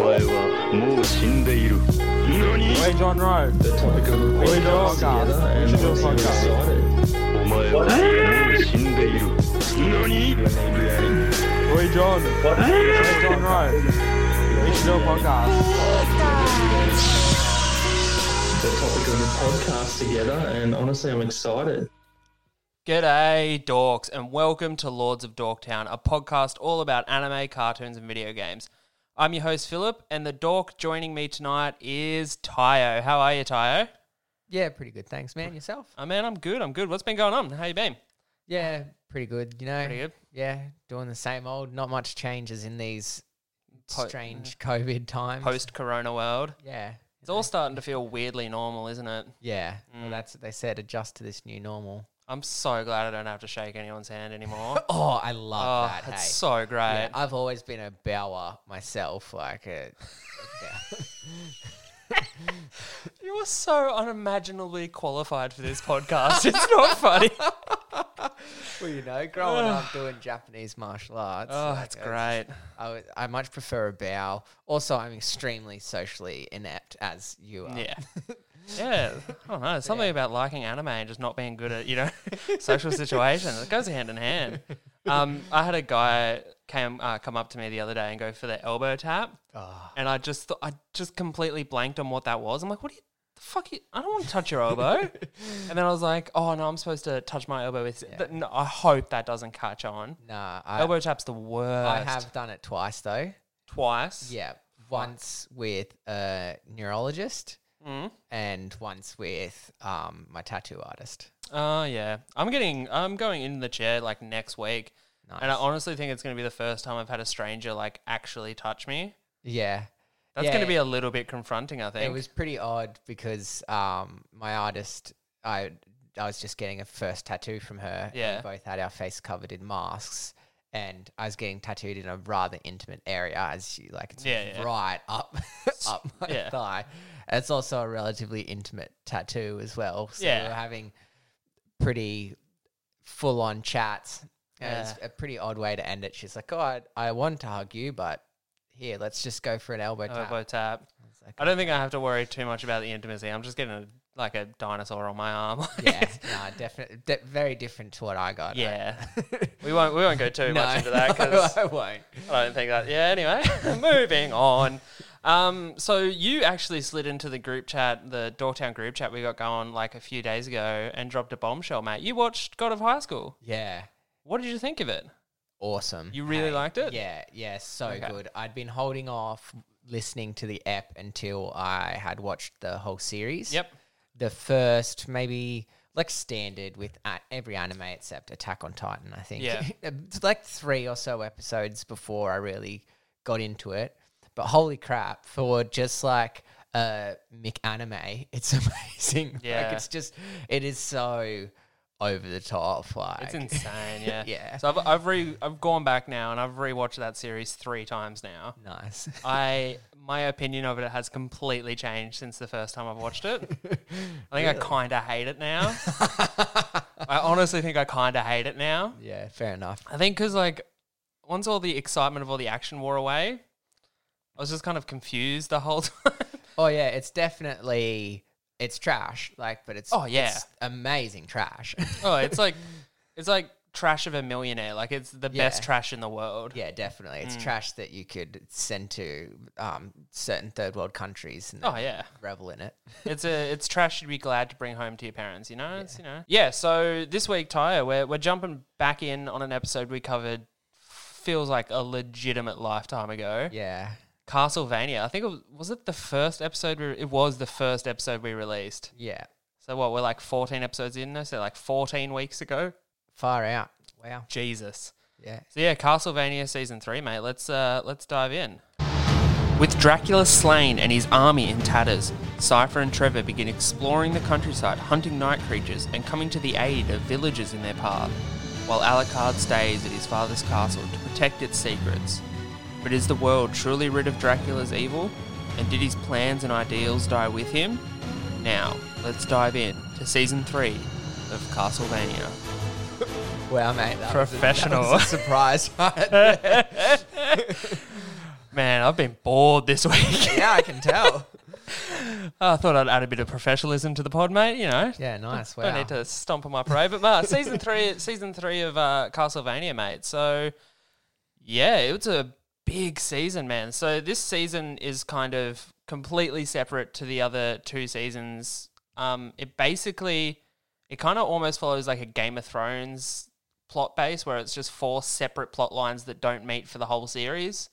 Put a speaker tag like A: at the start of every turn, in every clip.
A: もう死んでいる何
B: Hey, John Rowe. Hey, dog. You should do a podcast.
A: お前はもう死んでいる何
B: Hey, John. Hey, John Rowe. You should do a podcast.
C: the topic of the podcast together, and honestly, I'm excited.
D: G'day, dorks, and welcome to Lords of Dorktown, a podcast all about anime, cartoons, and video games. I'm your host, Philip, and the dork joining me tonight is Tayo. How are you, Tayo?
E: Yeah, pretty good. Thanks, man. Yourself?
D: I mean, I'm good, I'm good. What's been going on? How you been?
E: Yeah, pretty good. You know,
D: Pretty good.
E: yeah, doing the same old. Not much changes in these
D: Po-
E: strange COVID times.
D: Post corona world.
E: Yeah,
D: It's all Mm. starting to feel weirdly normal, isn't it?
E: yeah. Well, that's what they said. Adjust to this new normal.
D: I'm so glad I don't have to shake anyone's hand anymore.
E: Oh, I
D: oh,
E: love that.
D: it's
E: hey.
D: so great.
E: Yeah, I've always been a bower myself. Like, a,
D: You are so unimaginably qualified for this podcast. It's not funny.
E: well, you know, growing up doing Japanese martial arts.
D: Oh,
E: like,
D: that's great.
E: I, would- I much prefer a bow. Also, I'm extremely socially inept, as you are.
D: Yeah. Yeah, I don't know. There's something about liking anime and just not being good at you know social situations. It goes hand in hand. Um, I had a guy came uh, come up to me the other day and go for the elbow tap,
E: Ah.
D: and I just thought I just completely blanked on what that was. I'm like, what do you? The fuck you, I don't want to touch your elbow. and then I was like, oh no, I'm supposed to touch my elbow with. Th- no, I hope that doesn't catch on.
E: Nah, I,
D: elbow tap's the worst.
E: I have done it twice though.
D: twice.
E: Yeah, once with a neurologist
D: Mm.
E: and once with um, my tattoo artist.
D: Oh yeah, I'm getting. I'm going in the chair like next week, and I
E: Nice.
D: honestly think it's going to be the first time I've had a stranger like actually touch me.
E: Yeah,
D: That's
E: Yeah,
D: going to be a little bit confronting. I think.
E: it was pretty odd because um, my artist, I I was just getting a first tattoo from her. and
D: Yeah.
E: we both had our face covered in masks. And I was getting tattooed in a rather intimate area, as you like, it's
D: Yeah, yeah.
E: right up, up my
D: yeah.
E: thigh. It's also a relatively intimate tattoo as well. So
D: Yeah.
E: we were having pretty full on chats. And It's
D: Yeah.
E: a pretty odd way to end it. She's like, "Oh, I, I want to hug you, but here, let's just go for an elbow, tap."
D: elbow tap.
E: It's like,
D: I don't think I have to worry too much about the intimacy. I'm just getting a, like a dinosaur on my arm.
E: yeah, no, definitely, de- very different to what I got. right?
D: yeah. we won't. We won't go too much into that
E: no,
D: because
E: I won't.
D: I don't think that. Yeah. Anyway, moving on. Um, so you actually slid into the group chat, the Dorktown group chat we got going like a few days ago, and dropped a bombshell, mate. You watched God of High School.
E: Yeah,
D: What did you think of it?
E: awesome.
D: You really liked it?
E: Yeah, yeah, so
D: Okay.
E: good. I'd been holding off listening to the app until I had watched the whole series.
D: Yep.
E: the first maybe like standard with a every anime except Attack on Titan, I think.
D: Yeah.
E: It's like three or so episodes before I really got into it. But holy crap, for just like a Mick anime, it's amazing.
D: Yeah.
E: Like it's just it is so over the top. Like
D: It's insane. Yeah.
E: Yeah.
D: So I've I've re I've gone back now and I've rewatched that series three times now.
E: nice.
D: I my opinion of it has completely changed since the first time I've watched it. I think I kind of hate it now. I honestly think I kind of hate it now.
E: yeah, fair enough.
D: I think because like once all the excitement of all the action wore away, I was just kind of confused the whole time.
E: Oh yeah, it's definitely it's trash, like but it's
D: Oh, yeah.
E: it's amazing trash.
D: oh, it's like it's like trash of a millionaire. Like it's the best
E: Yeah.
D: trash in the world.
E: Yeah, definitely.
D: Mm.
E: It's trash that you could send to um, certain third world countries and
D: Oh
E: they'd
D: yeah.
E: revel in it.
D: it's a it's trash you'd be glad to bring home to your parents, you know? It's you know. Yeah, so this week, Tyre, we're we're jumping back in on an episode we covered feels like a legitimate lifetime ago.
E: Yeah.
D: Castlevania. I think it was, was it the first episode we it was the first episode we released.
E: Yeah.
D: So what, we're like 14 episodes in now, so like 14 weeks ago.
E: Far out. Wow.
D: Jesus.
E: Yeah.
D: So yeah, Castlevania season three, mate. Let's uh, let's dive in. With Dracula slain and his army in tatters, Cipher and Trevor begin exploring the countryside, hunting night creatures, and coming to the aid of villagers in their path. While Alucard stays at his father's castle to protect its secrets. But is the world truly rid of Dracula's evil? And did his plans and ideals die with him? Now, let's dive in to season three of Castlevania.
E: Wow, mate. That was a- that was
D: Professional.
E: a surprise. right?
D: Man, I've been bored this week.
E: yeah, I can tell.
D: I thought I'd add a bit of professionalism to the pod, mate. You know,
E: Yeah, nice. Wow.
D: Don't need to stomp on my parade, but Mark, season three, season three of uh, Castlevania, mate. So, yeah, it was a big season, man. So this season is kind of completely separate to the other two seasons. Um, it basically, it kind of almost follows like a Game of Thrones plot base, where it's just four separate plot lines that don't meet for the whole series,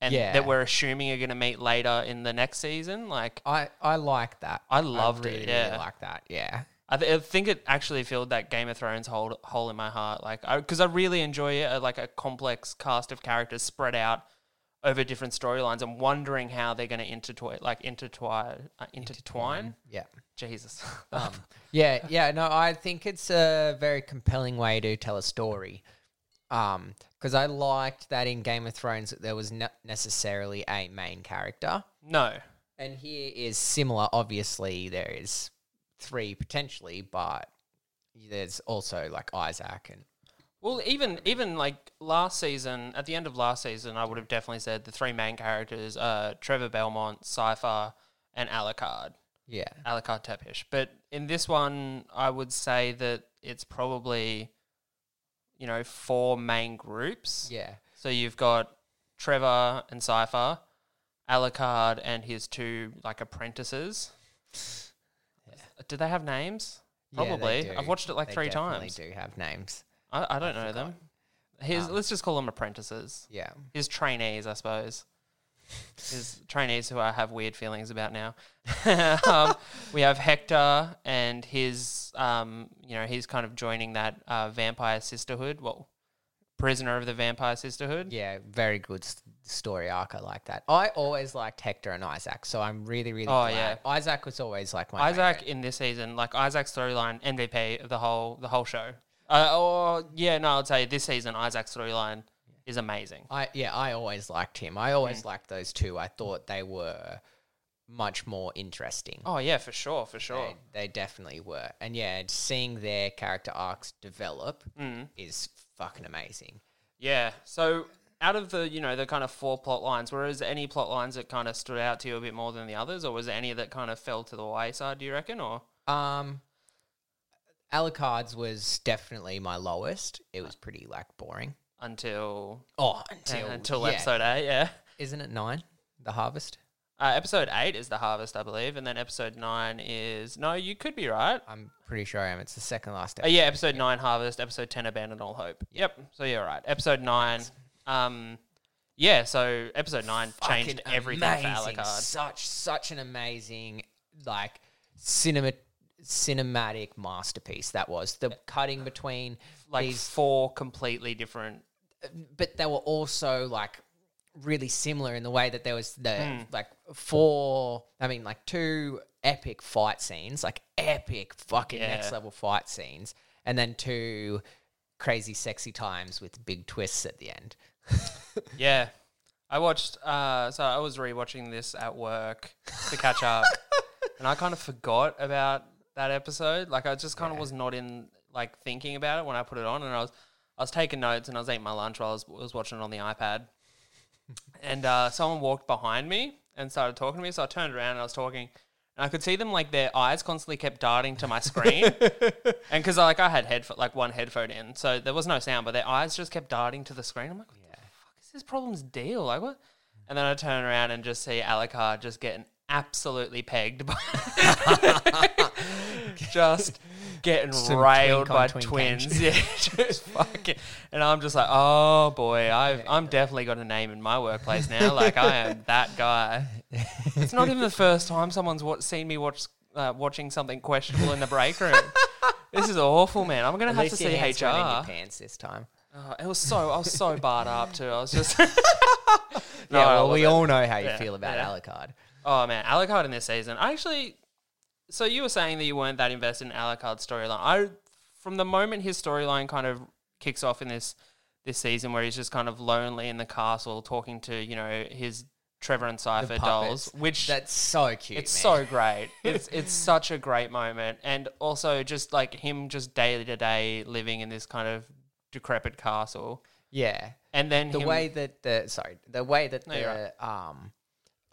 D: and
E: Yeah.
D: that we're assuming are going to meet later in the next season. Like,
E: I, I like that.
D: I loved it,
E: really,
D: yeah.
E: Really like that. Yeah.
D: I, th- I think it actually filled that Game of Thrones hole, hole in my heart, like because I, really enjoy it, uh, like a complex cast of characters spread out over different storylines and wondering how they're going to intertwine, like intertwine, uh, intertwine.
E: Yeah.
D: Jesus,
E: Um, yeah, yeah. No, I think it's a very compelling way to tell a story. Um, because I liked that in Game of Thrones that there was not necessarily a main character,
D: no,
E: and here is similar. Obviously, there is three potentially, but there's also like Isaac and
D: Well, even even like last season, at the end of last season, I would have definitely said the three main characters are Trevor Belmont, Cypher, and Alucard,
E: yeah,
D: Alucard Tepish. But in this one, I would say that it's probably, you know, four main groups.
E: yeah,
D: So you've got Trevor and Cypher, Alucard and his two like apprentices. Do they have names?
E: Yeah, they
D: Probably.
E: do.
D: I've watched it like
E: They
D: three
E: definitely
D: times.
E: Do have names?
D: I, I don't know them. His,
E: Um,
D: let's just call them apprentices.
E: Yeah,
D: His trainees, I suppose. His trainees who I have weird feelings about now. um, we have Hector and his, um, you know, he's kind of joining that uh, vampire sisterhood. Well, prisoner of the vampire sisterhood.
E: yeah. Very good s- story arc. I like that. I always liked Hector and Isaac, so I'm really, really.
D: Oh,
E: glad.
D: yeah.
E: Isaac was always like my
D: Isaac
E: favorite.
D: in this season, like Isaac's storyline, MVP of the whole the whole show. Uh, or yeah, no, I'll tell you this season Isaac's storyline is amazing.
E: I yeah, I always liked him. I always
D: Hmm.
E: liked those two. I thought they were much more interesting.
D: Oh yeah, for sure, for sure.
E: They, they definitely were. And yeah, seeing their character arcs develop
D: Mm.
E: is fucking amazing.
D: Yeah. So out of the you know the kind of four plot lines, were there any plot lines that kind of stood out to you a bit more than the others, or was there any that kind of fell to the wayside? Do you reckon? Or
E: Um Alucard's was definitely my lowest. It was pretty like boring.
D: until
E: Oh,
D: until,
E: until yeah.
D: episode eight, yeah.
E: Isn't it nine? The harvest?
D: Uh, episode eight is the harvest, I believe, and then episode nine is no. You could be right.
E: I'm pretty sure I am. It's the second last
D: Uh,
E: episode.
D: yeah, episode nine, Harvest. Episode ten, Abandon All Hope. Yep. So you're right. Episode nine. Um, yeah. So episode nine changed
E: fucking
D: everything
E: amazing.
D: for Alucard.
E: Such such an amazing like cinema cinematic masterpiece that was. The cutting between
D: Like
E: these
D: four completely different.
E: but they were also like really similar in the way that there was the
D: Hmm.
E: like four I mean like two epic fight scenes, like epic fucking
D: Yeah.
E: next level fight scenes, and then two crazy sexy times with big twists at the end.
D: Yeah. I watched. Uh, so I was rewatching this at work to catch up, and I kind of forgot about that episode. Like I just kind of was not in like thinking about it when I put it on, and I was I was taking notes and I was eating my lunch while I was, was watching it on the iPad. and uh, someone walked behind me and started talking to me. So I turned around and I was talking, and I could see them like their eyes constantly kept darting to my screen. and because like I had headphone, like one headphone in, so there was no sound, but their eyes just kept darting to the screen. I'm like, what the fuck is this problem's deal? Like what? And then I turn around and just see Alucard just getting absolutely pegged by. just getting
E: Some
D: railed
E: twink on
D: by
E: twink
D: twins,
E: action.
D: yeah, just fucking, and I'm just like, oh boy, I've, I'm definitely got a name in my workplace now. Like I am that guy. It's not even the first time someone's wa- seen me watch uh, watching something questionable in the break room. this is awful, man. I'm gonna
E: At
D: have to
E: least your
D: see
E: hands weren't in your
D: HR.
E: pants this time.
D: Oh, it was so I was so barred up too. I was just No,
E: yeah,
D: I
E: well, we
D: wasn't.
E: all know how you
D: Yeah,
E: feel about
D: yeah.
E: Alucard.
D: Oh man, Alucard in this season. I actually. So you were saying that you weren't that invested in Alucard's storyline. I, from the moment his storyline kind of kicks off in this this season, where he's just kind of lonely in the castle, talking to you know his Trevor and Cipher dolls,
E: puppets.
D: which
E: That's so cute.
D: it's
E: man.
D: so great. It's it's such a great moment, and also just like him, just day to day living in this kind of decrepit castle.
E: Yeah.
D: and then
E: The
D: him-
E: way that the sorry, the way that
D: No,
E: the
D: you're
E: um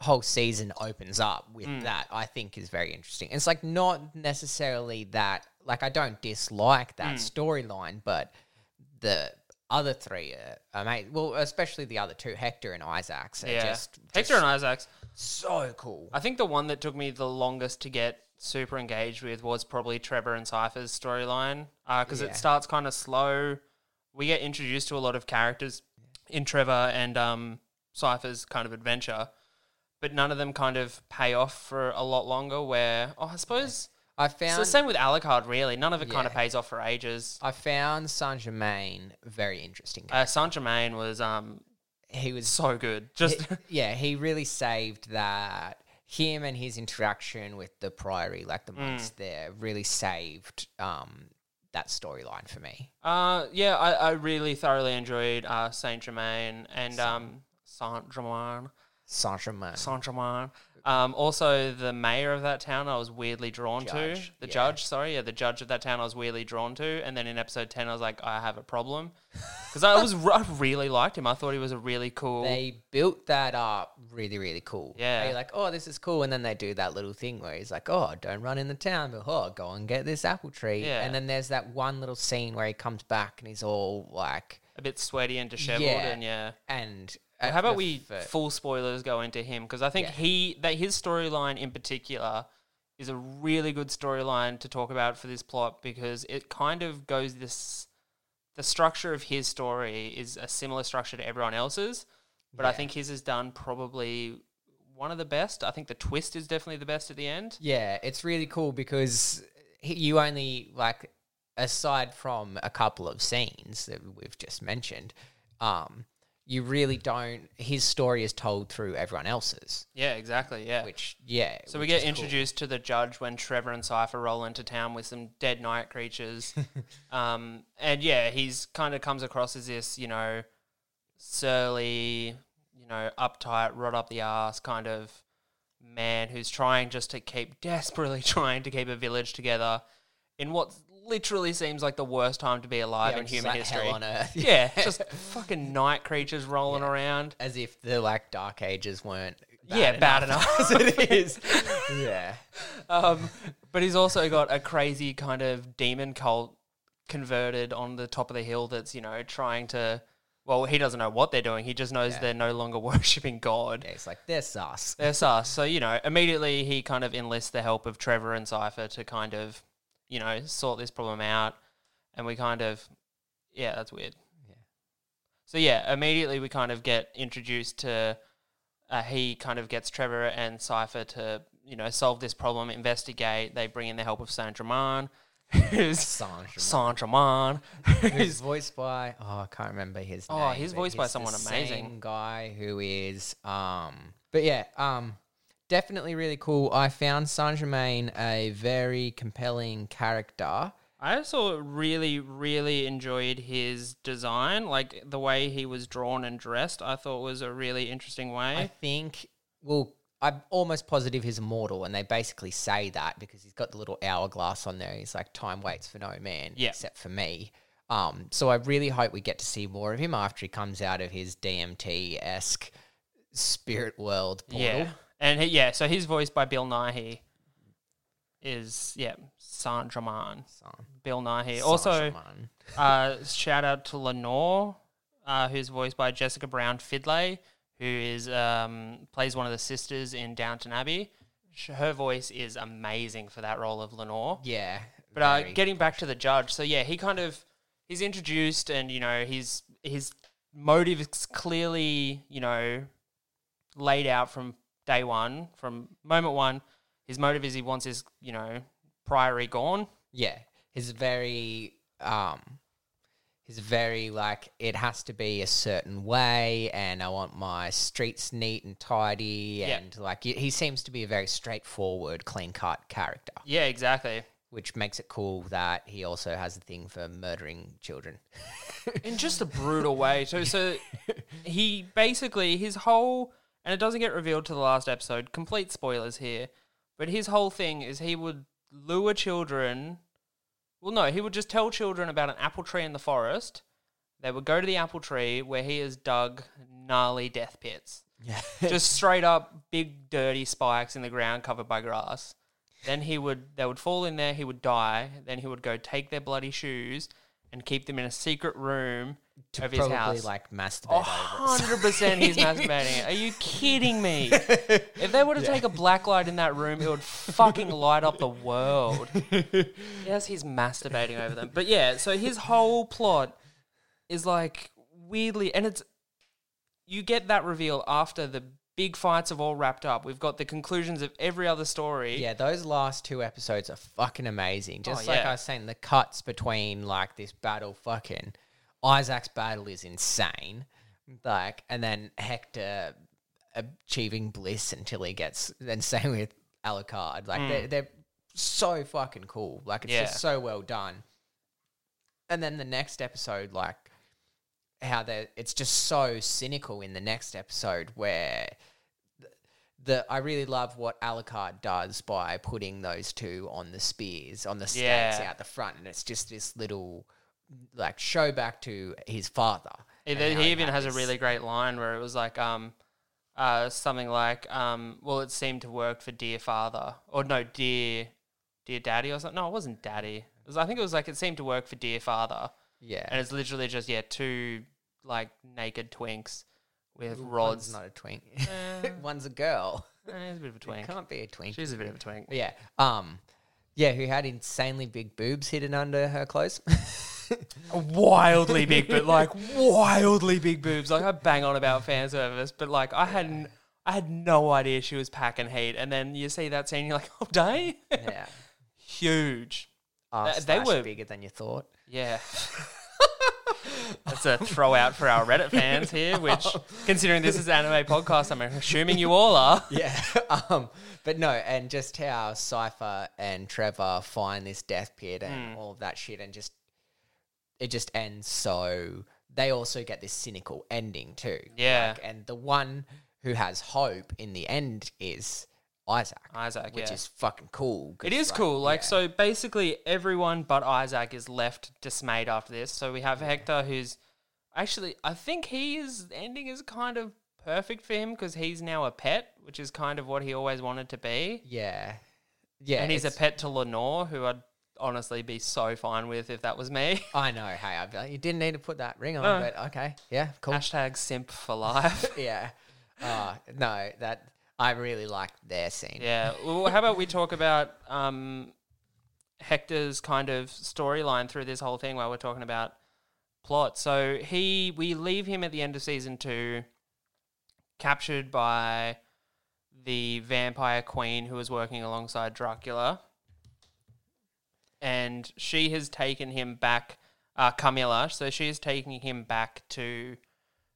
E: whole season opens up with
D: Mm.
E: that, I think is very interesting. It's like not necessarily that like I don't dislike that
D: Mm.
E: storyline, but the other three are amazing. Well, especially the other two, Hector and Isaacs, are
D: yeah,
E: just
D: Hector and Isaacs.
E: so cool.
D: I think the one that took me the longest to get super engaged with was probably Trevor and Cypher's storyline because
E: Yeah.
D: it starts kind of slow. We get introduced to a lot of characters in Trevor and um, Cypher's kind of adventure, but none of them kind of pay off for a lot longer. Where, oh, I suppose.
E: I
D: It's
E: found
D: the same with Alucard, really. None of it kind of
E: Yeah.
D: pays off for ages.
E: I found Saint Germain very interesting.
D: Uh, Saint Germain was um,
E: he was
D: so good. Just
E: He- yeah, he really saved that. Him and his interaction with the Priory, like
D: Mm.
E: the monks there, really saved um, that storyline for me.
D: Uh, yeah, I, I really thoroughly enjoyed uh, Saint Germain and um, Saint Germain,
E: Saint Germain.
D: Saint Germain. Um, also the mayor of that town I was weirdly drawn
E: Judge,
D: to. The
E: yeah.
D: judge, sorry, yeah, the judge of that town I was weirdly drawn to. And then in episode ten, I was like, I have a problem because I was I really liked him. I thought he was a really cool.
E: They built that up really, really cool.
D: Yeah.
E: They're like, oh, this is cool. And then they do that little thing where he's like, oh, don't run in the town, but oh, go and get this apple tree.
D: Yeah.
E: And then there's that one little scene where he comes back and he's all like,
D: a bit sweaty and disheveled,
E: Yeah.
D: and yeah.
E: and.
D: Well, how
E: the
D: about we
E: fir-
D: full spoilers go into him because I think
E: Yeah.
D: he that his storyline in particular is a really good storyline to talk about for this plot because it kind of goes this the structure of his story is a similar structure to everyone else's, but I
E: Yeah.
D: think his is done probably one of the best. I think the twist is definitely the best at the end.
E: Yeah, it's really cool because he- you only like aside from a couple of scenes that we've just mentioned, um, you really don't. His story is told through everyone else's,
D: Yeah, exactly. Yeah.
E: which yeah.
D: So we
E: which
D: get
E: is cool.
D: introduced to the judge when Trevor and Cypher roll into town with some dead night creatures. um, and yeah, he's kind of comes across as this, you know, surly, you know, uptight, rot up the ass kind of man who's trying just to keep, desperately trying to keep a village together in what literally seems like the worst time to be alive
E: Yeah,
D: in
E: which is
D: human
E: like hell
D: history.
E: on earth.
D: yeah, just fucking night creatures rolling around.
E: as if the like Dark Ages weren't.
D: yeah, bad enough.
E: as it is. yeah,
D: Um, but he's also got a crazy kind of demon cult converted on the top of the hill that's, you know, trying to. Well, he doesn't know what they're doing. He just knows they're no longer worshipping God.
E: yeah, it's like this us.
D: That's us. So, you know, immediately he kind of enlists the help of Trevor and Cypher to kind of, you know, sort this problem out. And we kind of. Yeah, that's weird.
E: Yeah.
D: So, yeah, immediately we kind of get introduced to uh, he kind of gets Trevor and Cypher to, you know, solve this problem, investigate. They bring in the help of Saint Germain, who's
E: Saint Germain,
D: Saint Germain,
E: who's
D: who's
E: voiced by oh I can't remember his
D: Oh,
E: name.
D: he's
E: but
D: voiced by
E: he's the
D: someone amazing.
E: same guy who is um but yeah, um definitely really cool. I found Saint Germain a very compelling character.
D: I also really, really enjoyed his design. Like the way he was drawn and dressed, I thought was a really interesting
E: I
D: way.
E: think well I'm almost positive he's immortal, and they basically say that because he's got the little hourglass on there. He's like, "Time waits for no man,
D: Yeah.
E: except for me." Um, so I really hope we get to see more of him after he comes out of his DMT esque spirit world portal.
D: yeah. And he, yeah, so he's voiced by Bill Nighy. Is yeah, Saint Germain.
E: So-
D: Bill Nighy. also,
E: Saint-Germain.
D: Uh, shout out to Lenore, uh, who's voiced by Jessica Brown Fidley, who is um, plays one of the sisters in Downton Abbey. Sh- Her voice is amazing for that role of Lenore.
E: yeah,
D: But uh,
E: very-
D: getting back to the judge, so yeah, he kind of he's introduced, and you know his his motive is clearly you know laid out from day one, from moment one. His motive is he wants his you know priory gone.
E: yeah, he's very um, he's very like it has to be a certain way, and I want my streets neat and tidy,
D: Yeah.
E: and like he, he seems to be a very straightforward, clean cut character,
D: Yeah, exactly.
E: which makes it cool that he also has a thing for murdering children.
D: in just a brutal way. So, so he basically his whole and it doesn't get revealed to the last episode. Complete spoilers here, but his whole thing is he would lure children. Well, no, he would just tell children about an apple tree in the forest. They would go to the apple tree where he has dug gnarly death pits.
E: Yeah.
D: just straight up big dirty spikes in the ground covered by grass. Then he would they would fall in there, he would die, then he would go take their bloody shoes and keep them in a secret room
E: to
D: of his
E: probably
D: house. Oh,
E: like masturbate
D: A
E: over it.
D: hundred percent he's masturbating. Are you kidding me? If they were to take a black light in that room, it would fucking light up the world. yes, he's masturbating over them. But yeah, so his whole plot is like weirdly and it's you get that reveal after the big fights have all wrapped up. We've got the conclusions of every other story.
E: Yeah, those last two episodes are fucking amazing. Just like
D: Oh, yeah.
E: I was saying, the cuts between like this battle, fucking Isaac's battle is insane. Like, and then Hector achieving bliss until he gets, and same with Alucard. Like, they're, they're so fucking cool. Like, it's
D: Mm. Yeah.
E: just so well done. And then the next episode, like, how they it's just so cynical in the next episode where the I really love what Alucard does by putting those two on the spears on the stakes
D: Yeah.
E: out the front, and it's just this little like show back to his father.
D: He,
E: and how
D: he even has a
E: happens.
D: really great line where it was like, um, uh, something like, um, well, it seemed to work for dear father, or no, dear, dear daddy, or something. No, it wasn't daddy. It was, I think it was like it seemed to work for dear father, and
E: yeah.
D: it's literally just yeah, two like naked twinks with
E: One's
D: rods.
E: not a twink.
D: Eh,
E: One's a girl.
D: eh, he's a bit of a twink.
E: Can't be a twink.
D: She's a bit of a twink.
E: yeah. Um. Yeah, who had insanely big boobs hidden under her clothes?
D: wildly big, but like wildly big boobs. Like I bang on about fan service, but like I hadn't, I had no idea she was packing heat. And then you see that scene, you're like, oh, day,
E: yeah.
D: huge.
E: Uh,
D: They- they were-
E: bigger than you thought.
D: Yeah. That's a throw out for our Reddit fans here, which, considering this is an anime podcast, I'm assuming you all are.
E: Yeah. Um, but no, and just how Cypher and Trevor find this death pit
D: Mm.
E: and all of that shit and just it just ends so they also get this cynical ending too.
D: Yeah.
E: Like, and the one who has hope in the end is Isaac.
D: Isaac,
E: Which
D: yeah.
E: is fucking cool. 'cause,
D: It is
E: like,
D: cool. Like,
E: yeah.
D: so basically, everyone but Isaac is left dismayed after this. So we have Hector, who's actually, I think he is ending is kind of perfect for him because he's now a pet, which is kind of what he always wanted to be.
E: Yeah. Yeah.
D: and he's a
E: it's-
D: pet to Lenore, who I'd honestly be so fine with if that was me.
E: I know, hey, I'd be like, you didn't need to put that ring on,
D: No.
E: but okay. Yeah, cool.
D: Hashtag simp for life.
E: yeah. Uh, no, that I really liked their scene.
D: yeah. Well, how about we talk about um, Hector's kind of storyline through this whole thing while we're talking about plot. So he, we leave him at the end of season two, captured by the vampire queen who was working alongside Dracula, and she has taken him back, uh, Camilla. So she is taking him back to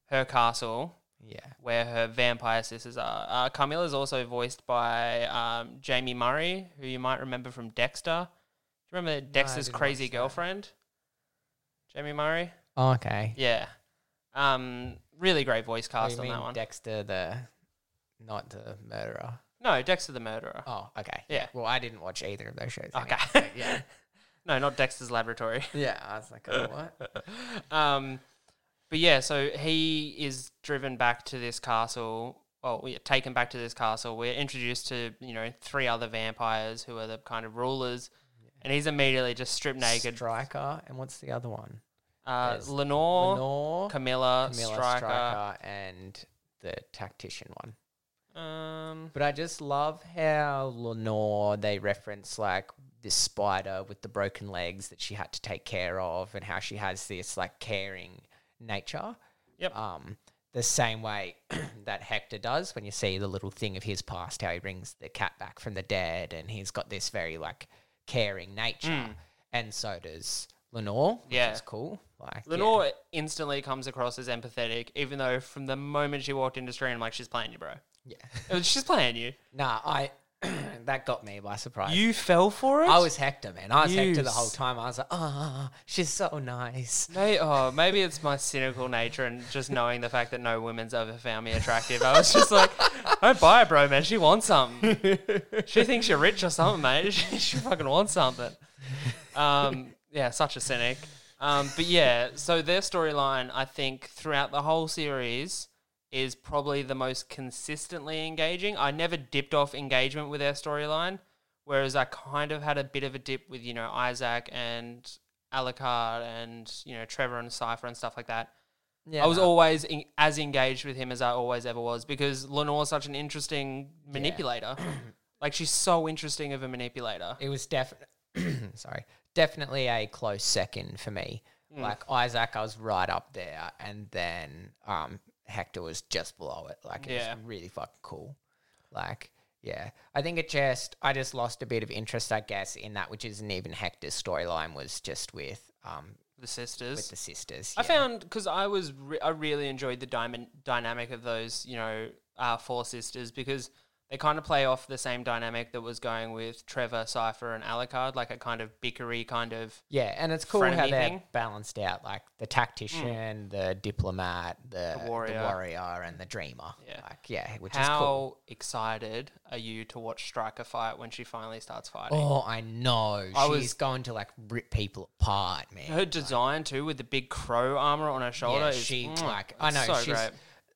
D: her castle
E: Yeah.
D: where her vampire sisters are. Uh, Carmilla is also voiced by um, Jamie Murray, who you might remember from Dexter. Do you remember Dexter's
E: didn't
D: crazy
E: watch that.
D: girlfriend? Jamie Murray?
E: Oh, Okay.
D: Yeah. Um, really great voice
E: Oh,
D: cast
E: you
D: on
E: mean
D: that one.
E: Dexter the, not the murderer.
D: no, Dexter the Murderer.
E: Oh, okay.
D: Yeah.
E: Well, I didn't watch either of those shows. anyway,
D: okay.
E: so, yeah.
D: no, not Dexter's Laboratory.
E: Yeah. I was like, oh, what?
D: um, but yeah, so he is driven back to this castle. Well, we taken back to this castle. We're introduced to you know three other vampires who are the kind of rulers, and he's immediately just stripped naked.
E: Striker. And what's the other one?
D: uh,
E: There's
D: Lenore,
E: Lenore,
D: Camilla,
E: Camilla
D: Striker.
E: Striker, and the tactician one.
D: Um,
E: But I just love how Lenore, they reference like this spider with the broken legs that she had to take care of and how she has this like caring nature.
D: Yep.
E: Um, the same way that Hector does when you see the little thing of his past, how he brings the cat back from the dead and he's got this very like caring nature.
D: Mm.
E: And so does Lenore, which
D: Yeah.
E: is cool. Like yeah.
D: Lenore instantly comes across as empathetic, even though from the moment she walked into stream, I'm like, she's playing you, bro.
E: yeah.
D: It was- She's playing you.
E: Nah, I that got me by surprise.
D: You fell for it.
E: I was Hector, man. I was Hector the
D: Yes.
E: whole time. I was like, ah, she's so nice.
D: May oh, maybe it's my cynical nature and just knowing the fact that no woman's ever found me attractive. I was just like, don't buy it, bro, man. She wants something. She thinks you're rich or something, mate. She, she fucking wants something. Um, yeah, such a cynic. Um, but yeah, so their storyline, I think, throughout the whole series is probably the most consistently engaging. I never dipped off engagement with their storyline, whereas I kind of had a bit of a dip with, you know, Isaac and Alucard and, you know, Trevor and Cypher and stuff like that.
E: Yeah,
D: I was
E: no.
D: always in, as engaged with him as I always ever was because Lenore's such an interesting manipulator. like, she's so interesting of a manipulator.
E: It was definitely sorry, definitely a close second for me.
D: Mm.
E: Like Isaac, I was right up there, and then um, Hector was just below it. Like it
D: Yeah.
E: was really fucking cool. Like yeah, I think it just I just lost a bit of interest, I guess, in that which isn't even Hector's storyline was just with um
D: The sisters.
E: with the sisters.
D: I
E: yeah.
D: found because I was re- I really enjoyed the diamond dynamic of those you know uh, four sisters because they kind of play off the same dynamic that was going with Trevor, Cipher, and Alucard, like a kind of bickery kind of
E: yeah, and it's cool
D: Frenemy
E: how they're
D: thing.
E: balanced out, like the tactician, the diplomat, the, the warrior,
D: warrior.
E: and the dreamer.
D: Yeah.
E: like yeah, which is
D: How
E: cool.
D: excited are you to watch Striker fight when she finally starts fighting?
E: Oh, I know.
D: I
E: She's
D: was-
E: going to like rip people apart, man.
D: Her design too, with the big crow armor on her shoulder,
E: yeah,
D: is
E: she
D: mwah,
E: like I
D: it's
E: know
D: so
E: she's
D: great.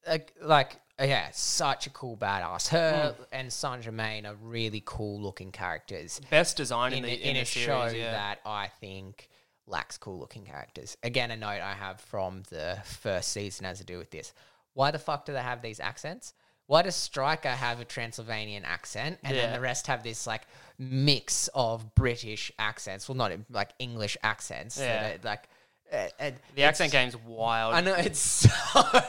E: like like yeah, such a cool badass. Her
D: Hmm.
E: and Saint Germain are really cool looking characters
D: best design in,
E: in,
D: the
E: a-
D: in,
E: in
D: the
E: a
D: series,
E: show
D: yeah.
E: that I think lacks cool looking characters. Again, a note I have from the first season has to do with this. Why the fuck do they have these accents? Why does Striker have a Transylvanian accent and then
D: Yeah.
E: the rest have this like mix of British accents? Well, not in- like English accents.
D: Yeah.
E: That are, like, uh, and
D: the accent game's wild.
E: I know it's so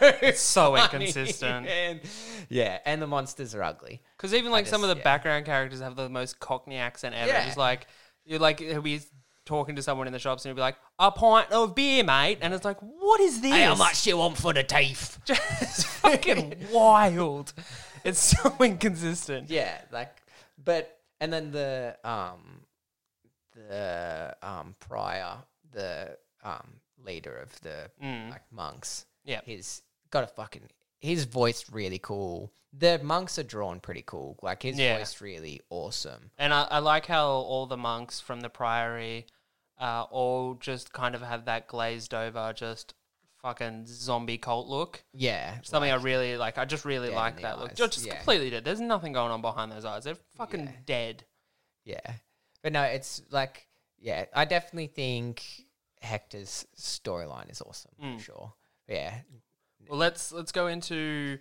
E: it's
D: so inconsistent.
E: yeah, and the monsters are ugly.
D: Because even like some of
E: just-
D: the
E: yeah.
D: background characters have the most Cockney accent ever.
E: Yeah.
D: Just like you're like he'll be talking to someone in the shops and he'll be like, "A pint of beer, mate," and it's like, "What is this?"
E: do you want for the teeth?
D: it's fucking wild. It's so inconsistent.
E: Yeah, like, but and then the um, the um prior the um leader of the like monks.
D: Mm. Yeah.
E: he's got a fucking his voice really cool. The monks are drawn pretty cool. Like his
D: Yeah.
E: voice really awesome.
D: And I, I like how all the monks from the priory uh, all just kind of have that glazed over, just fucking zombie cult look.
E: Yeah,
D: Something I really like. I just really
E: dead
D: like
E: in the
D: that look.
E: eyes,
D: Just, just
E: yeah.
D: completely dead. There's nothing going on behind those eyes. They're fucking
E: Yeah.
D: dead.
E: Yeah. But no, it's like, yeah, I definitely think Hector's storyline is awesome
D: Mm.
E: for sure. Yeah.
D: Well, let's let's go into.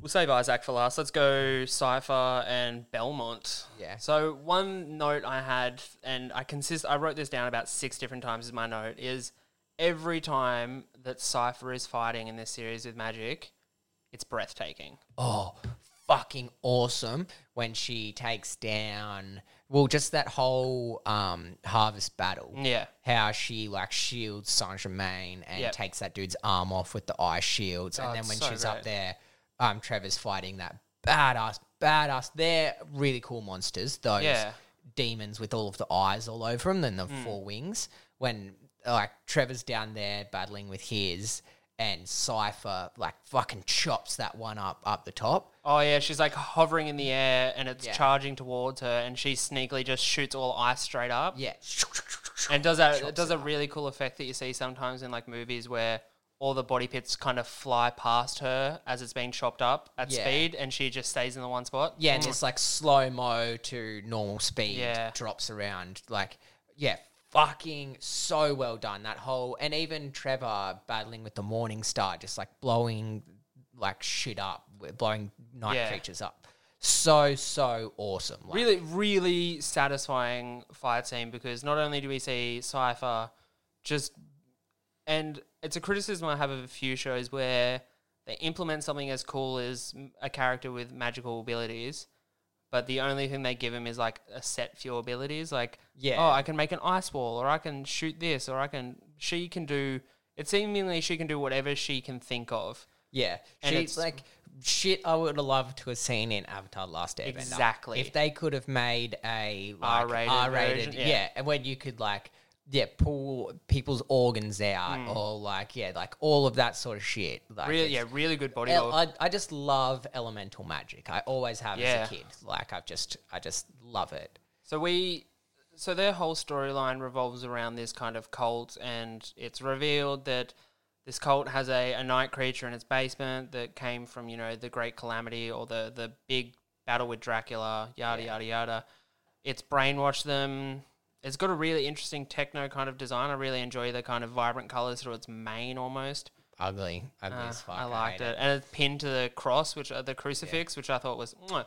D: We'll save Isaac for last. Let's go Cipher and Belmont.
E: Yeah.
D: So one note I had, and I consist, I wrote this down about six different times. Is my note is every time that Cipher is fighting in this series with magic, it's breathtaking.
E: Oh, fucking awesome when she takes down, well, just that whole um, harvest battle.
D: Yeah.
E: How she like shields Saint Germain and
D: Yep.
E: takes that dude's arm off with the eye shields.
D: Oh,
E: and then
D: it's
E: when
D: so
E: she's
D: great.
E: up there, um, Trevor's fighting that badass, badass. They're really cool monsters, those.
D: Yeah. Mm.
E: demons with all of the eyes all over them than the four wings. When like Trevor's down there battling with his, and Cipher like fucking chops that one up up the top.
D: Oh yeah, she's like hovering in the air and it's
E: Yeah.
D: charging towards her, and she sneakily just shoots all ice straight up.
E: Yeah,
D: and does that it
E: chops
D: does
E: it
D: a really cool effect that you see sometimes in like movies where all the body pits kind of fly past her as it's being chopped up at
E: Yeah.
D: speed, and she just stays in the one spot. Mm.
E: yeah, and it's like slow mo to normal speed.
D: Yeah.
E: drops around like yeah. Fucking so well done that whole, and even Trevor battling with the Morning Star, just like blowing like shit up, blowing night
D: Yeah.
E: creatures up. So so awesome. Like,
D: really, really satisfying fight scene because not only do we see Cipher just, and it's a criticism I have of a few shows where they implement something as cool as m- a character with magical abilities, but the only thing they give him is like a set few abilities. Like,
E: Yeah.
D: oh, I can make an ice wall, or I can shoot this, or I can. She can do. It seemingly she can do whatever she can think of.
E: Yeah,
D: And it's-
E: she's like shit. I would have loved to have seen in Avatar: Last Airbender.
D: Exactly.
E: If they could have made a like,
D: R-rated
E: R-rated,
D: version, yeah.
E: yeah. and when you could like, yeah, pull people's organs out or like, yeah, like all of that sort of shit. Like,
D: Mm. Really, yeah,
E: it's-
D: really good body.
E: El-
D: roll.
E: I, I just love elemental magic. I always have
D: Yeah.
E: as a kid. Like I've just, I just love it.
D: So we so their whole storyline revolves around this kind of cult, and it's revealed that this cult has a, a night creature in its basement that came from you know the Great Calamity or the the big battle with Dracula, yada yada yada. It's brainwashed them. It's got a really interesting techno kind of design. I really enjoy the kind of vibrant colors through its mane almost.
E: Ugly, ugly
D: Uh,
E: as fuck.
D: I liked
E: hate
D: it. and it's pinned to the cross, which uh, the crucifix, which I thought was mwah,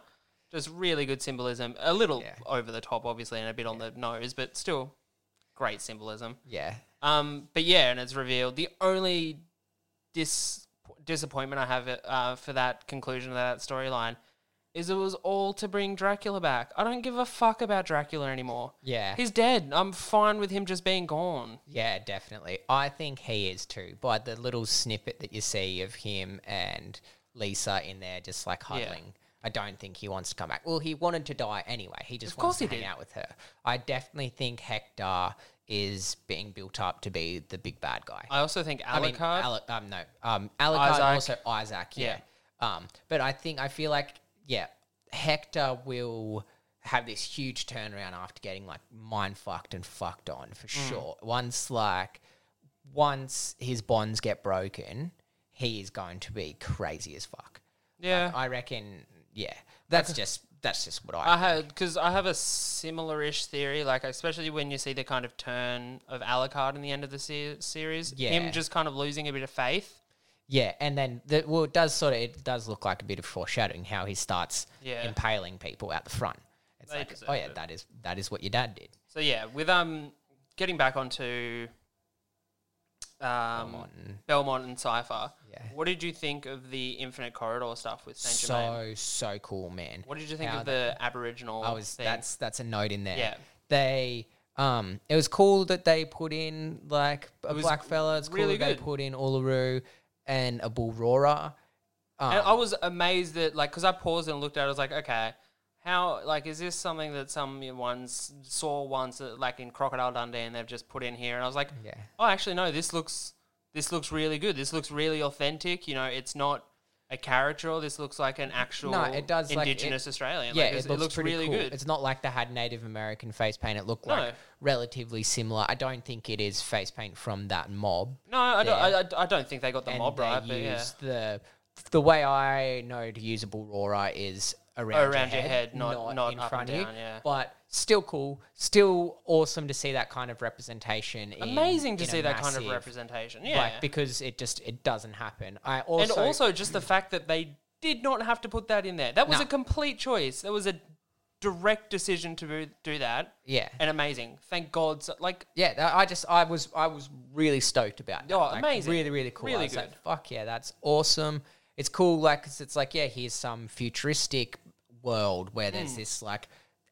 D: just really good symbolism. A little
E: Yeah.
D: over the top, obviously, and a bit on the nose, but still great symbolism.
E: Yeah,
D: Um, but yeah, and it's revealed. The only dis- disappointment I have uh, for that conclusion of that storyline is it was all to bring Dracula back. I don't give a fuck about Dracula anymore.
E: yeah,
D: He's dead. I'm fine with him just being gone.
E: yeah, definitely. I think he is too. By the little snippet that you see of him and Lisa in there, just like huddling. I don't think he wants to come back. Well, he wanted to die anyway. He just
D: Of course
E: wants to
D: he
E: hang
D: did.
E: out with her. I definitely think Hector is being built up to be the big bad guy.
D: I also think
E: I mean,
D: Alucard.
E: Ale- um, no, um, Alucard and also
D: Isaac.
E: Isaac. Yeah. Um, but I think I feel like yeah, Hector will have this huge turnaround after getting like mind fucked and fucked on for sure. Once like once his bonds get broken, he is going to be crazy as fuck.
D: yeah.
E: I reckon. Yeah, that's just that's just what I.
D: I had because I have a similar-ish theory, like especially when you see the kind of turn of Alucard in the end of the se- series,
E: Yeah.
D: him just kind of losing a bit of faith.
E: yeah, and then the, well, it does sort of it does look like a bit of foreshadowing how he starts
D: Yeah.
E: impaling people out the front. It's
D: They
E: like,
D: deserved
E: oh yeah,
D: it.
E: that is that is what your dad did.
D: So yeah, with um getting back onto um, Belmont.
E: Martin.
D: and Cipher,
E: Yeah.
D: what did you think of the Infinite Corridor stuff with Saint Germain?
E: So so cool, man.
D: what did you think
E: how
D: of the Aboriginal?
E: I was
D: thing?
E: that's that's a note in there.
D: Yeah.
E: They um it was cool that they put in like a
D: was
E: black fella. It's
D: really
E: cool that they
D: good.
E: put in Uluru and a Bulrora. Um,
D: And I was amazed that, like, because I paused and looked at it, I was like, okay, how, like, is this something that someone s- saw once, uh, like, in Crocodile Dundee and they've just put in here? And I was like,
E: Yeah.
D: oh, actually, no, this looks, this looks really good. This looks really authentic. You know, it's not a caricature. This looks like an actual
E: No, it does, like, it-
D: Indigenous Australian.
E: yeah,
D: like, it's-
E: it looks, pretty
D: really
E: cool.
D: good.
E: It's not like they had Native American face paint. It looked like
D: No.
E: relatively similar. I don't think it is face paint from that mob.
D: no, I don't, I- I, I don't think they got the
E: and
D: mob
E: they
D: right, but yeah.
E: use the the way I know to use a Bulrora is around,
D: Around your
E: your,
D: head, not- not up and
E: you.
D: down, yeah.
E: But still cool, still awesome to see that kind of representation. in-
D: Amazing to
E: in a
D: see that kind of
E: massive-
D: representation. Yeah.
E: like because it just it doesn't happen. I also,
D: and also just the fact that they did not have to put that in there. That was
E: No.
D: a complete choice. That was a direct decision to do- do that.
E: yeah,
D: And amazing. Thank God. So, like,
E: yeah. that- I just I was I was really stoked about. That.
D: Oh,
E: Like,
D: amazing.
E: Really, really cool. I
D: Really
E: was like,
D: good.
E: fuck yeah, that's awesome. It's cool, like 'cause it's like yeah, here's some futuristic world where
D: Hmm.
E: there's this like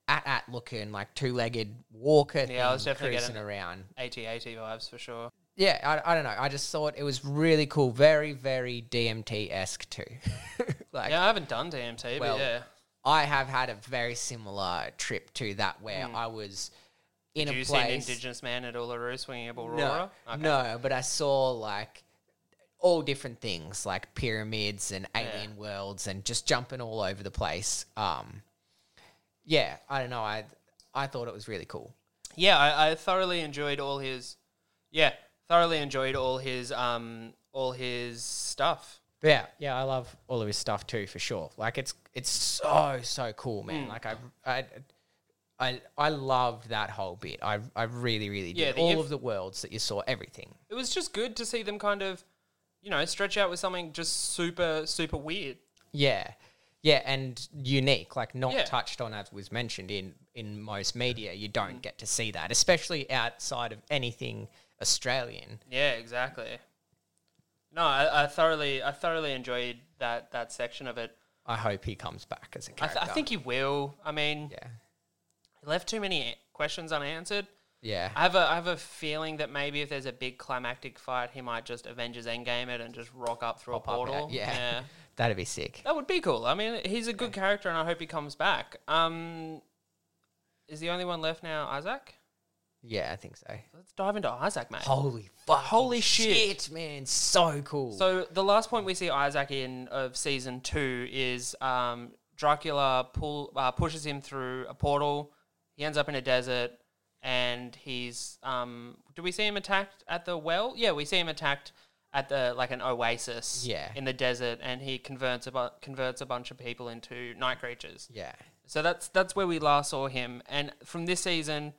E: at at looking like two legged walker thing
D: I was definitely
E: cruising
D: getting-
E: around.
D: AT-AT vibes for sure.
E: Yeah, I, I don't know. I just thought it was really cool, very very DMT esque too. like
D: Yeah, I haven't done DMT,
E: Well,
D: but yeah.
E: I have had a very similar trip to that where I was in
D: Hmm. Did
E: a
D: you see an
E: place.
D: indigenous man at Uluru swinging a Bulrora?
E: No,
D: Okay.
E: no, but I saw like all different things, like pyramids and alien worlds, and just jumping all over the place. Um, yeah, I don't know. I I thought it was really cool.
D: Yeah, I, I thoroughly enjoyed all his... Yeah, thoroughly enjoyed all his... um all his stuff.
E: But yeah, yeah, I love all of his stuff too, for sure. Like it's it's so so cool, man. Like I I. I, I loved that whole bit. I, I really, really did.
D: Yeah, the
E: all
D: inf-
E: of the worlds that you saw, everything.
D: It was just good to see them kind of, you know, stretch out with something just super, super weird.
E: Yeah. Yeah, and unique, like not
D: Yeah.
E: touched on as was mentioned in in most media. You don't get to see that, especially outside of anything Australian.
D: Yeah, exactly. No, I, I thoroughly, I thoroughly enjoyed that that section of it.
E: I hope he comes back as
D: I,
E: a
D: th-
E: character.
D: I think he will. I mean,
E: yeah,
D: he left too many questions unanswered.
E: yeah,
D: I have a, I have a feeling that maybe if there's a big climactic fight, he might just Avengers Endgame it and just rock up through a
E: out,
D: portal.
E: yeah. that'd be sick.
D: that would be cool. I mean, he's a good character, and I hope he comes back. Um, is the only one left now Isaac?
E: Yeah, I think so.
D: Let's dive into Isaac, mate.
E: Holy fuck!
D: Holy shit.
E: man! So cool.
D: So the last point we see Isaac in of season two is um, Dracula pull, uh, pushes him through a portal. He ends up in a desert. and he's um. Do we see him attacked at the well? Yeah, we see him attacked at the like an oasis.
E: Yeah.
D: in the desert, and he converts a bu- converts a bunch of people into night creatures.
E: Yeah.
D: So that's that's where we last saw him. And from this season,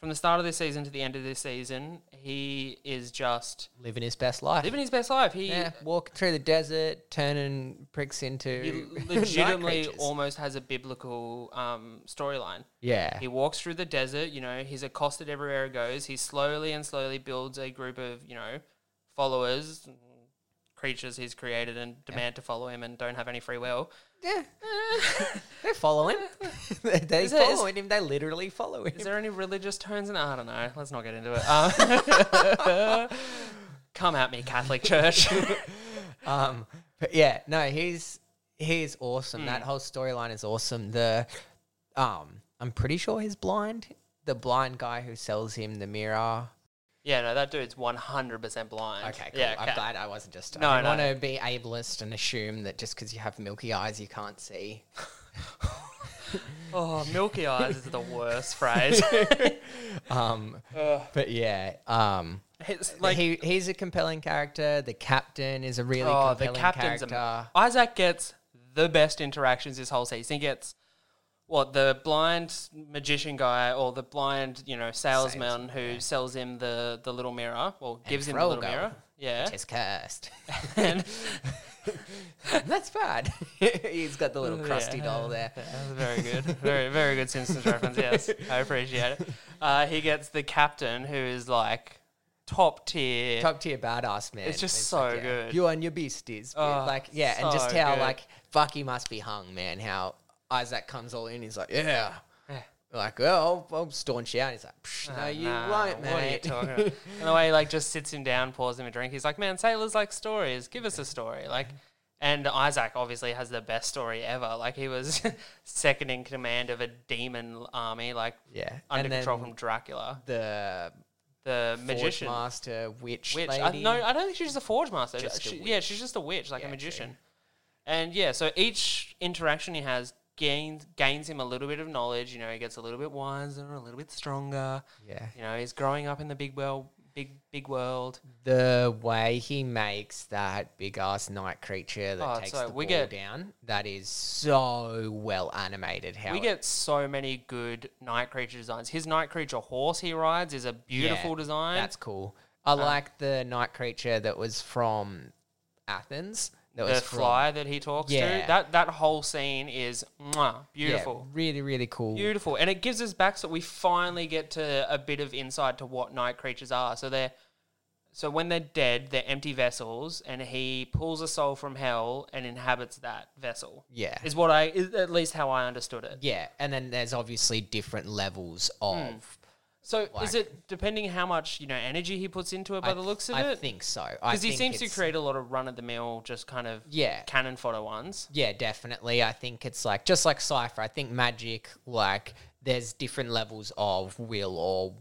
D: from the start of this season to the end of this season, he is just
E: Living his best life.
D: living his best life. He
E: yeah. Walking through the desert, turning pricks
D: he
E: into night
D: legitimately
E: creatures.
D: almost has a biblical um, storyline.
E: Yeah.
D: He walks through the desert. You know, he's accosted everywhere he goes. He slowly and slowly builds a group of you know followers, mm, creatures he's created, and demand to follow him and don't have any free will.
E: Yeah. They're following. they they
D: Is it- is-
E: following him. They literally follow him.
D: Is there any religious tones in it? I don't know. Let's not get into it. Um, come at me, Catholic Church.
E: Um, but yeah, no, he's he's awesome.
D: Hmm.
E: That whole storyline is awesome. The um, I'm pretty sure he's blind. The blind guy who sells him the mirror.
D: yeah, no, that dude's 100% blind.
E: Okay, cool.
D: Yeah,
E: I'm
D: okay.
E: glad I wasn't just.
D: No,
E: I
D: no.
E: want to be ableist and assume that just because you have milky eyes, you can't see.
D: Oh, milky eyes is the worst phrase.
E: Um, but yeah, um,
D: it's
E: like
D: like,
E: he he's a compelling character. The captain is a really
D: oh, the
E: compelling
D: captain's
E: character.
D: a, Isaac gets the best interactions this whole season. He gets what the blind magician guy or the blind, you know, salesman who sells him the the little mirror, well, gives him the little
E: Frogo,
D: mirror. Yeah.
E: Just cursed.
D: And-
E: That's bad. He's got the little crusty
D: Yeah.
E: doll there.
D: That was very good. Very, very good Simpsons reference. Yes, I appreciate it. Uh, he gets the captain, who is like top tier.
E: Top tier badass man.
D: It's just so
E: like, yeah,
D: good.
E: You and your beasties.
D: Oh,
E: like yeah, and just
D: so
E: how
D: good.
E: like fuck he must be hung, man. How Isaac comes all in, he's like, yeah. Like, well, I'll, I'll staunch you out. He's like, Psh, no, you
D: Nah,
E: won't, man.
D: What are you talking about? and the way he like just sits him down, pours him a drink. He's like, "Man, sailors like stories. Give us a story." Like, and Isaac obviously has the best story ever. Like he was second in command of a demon army, like
E: Yeah,
D: under
E: and then
D: control from Dracula,
E: the
D: the magician.
E: magician, master, witch,
D: witch.
E: lady.
D: I, no, I don't think she's a forge master.
E: Just a
D: She- Yeah, she's just a witch, like
E: Yeah,
D: a
E: true.
D: magician. And yeah, so each interaction he has gains gains him a little bit of knowledge. You know, he gets a little bit wiser, a little bit stronger.
E: yeah,
D: You know, he's growing up in the big world, big big world.
E: the way he makes that big ass night creature that
D: Oh,
E: takes
D: so
E: the
D: we
E: ball
D: get-
E: down. That is so well animated. How
D: We
E: it-
D: get so many good night creature designs. His night creature horse he rides is a
E: yeah,
D: beautiful design.
E: That's cool. I like the night creature that was from Athens. That
D: the
E: was from-
D: fly that he talks to.
E: Yeah.
D: That that whole scene is mwah,
E: yeah,
D: beautiful.
E: really, really cool.
D: Beautiful. And it gives us back so we finally get to a bit of insight to what night creatures are. So they're so when they're dead, they're empty vessels, and he pulls a soul from hell and inhabits that vessel.
E: Yeah.
D: Is what I is at least how I understood it.
E: Yeah, and then there's obviously different levels
D: Hmm.
E: of.
D: So
E: Like-
D: is it depending how much, you know, energy he puts into it by
E: I
D: the
E: th-
D: looks of
E: I
D: it?
E: think so.
D: Because he seems to
E: create.
D: create a lot of run of the mill, just kind of
E: Yeah.
D: cannon fodder ones.
E: Yeah, definitely. I think it's like just like cipher. I think magic, like there's different levels of will or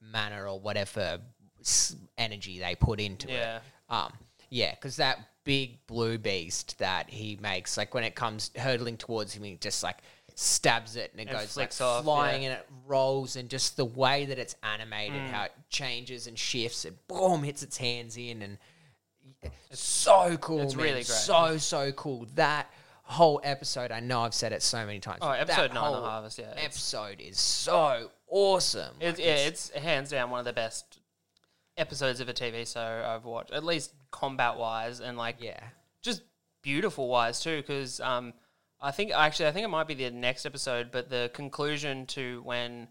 E: manner or whatever s- energy they put into
D: Yeah.
E: it. Um, yeah, because that big blue beast that he makes, like when it comes hurtling towards him, he just like stabs it and it
D: And
E: goes like
D: flicks off,
E: flying
D: yeah.
E: and it rolls and just the way that it's animated,
D: Mm.
E: how it changes and shifts and boom hits its hands in and so cool.
D: it's
E: man.
D: really great.
E: So so cool. That whole episode, I know I've said it so many times.
D: Oh,
E: but
D: episode
E: that
D: nine of
E: whole
D: Harvest, yeah, it's-
E: episode is so awesome.
D: It's,
E: Like,
D: yeah, it's hands down one of the best episodes of a TV show I've watched, at least combat wise, and like
E: yeah,
D: just beautiful wise too. Because um, I think actually I think it might be the next episode, but the conclusion to when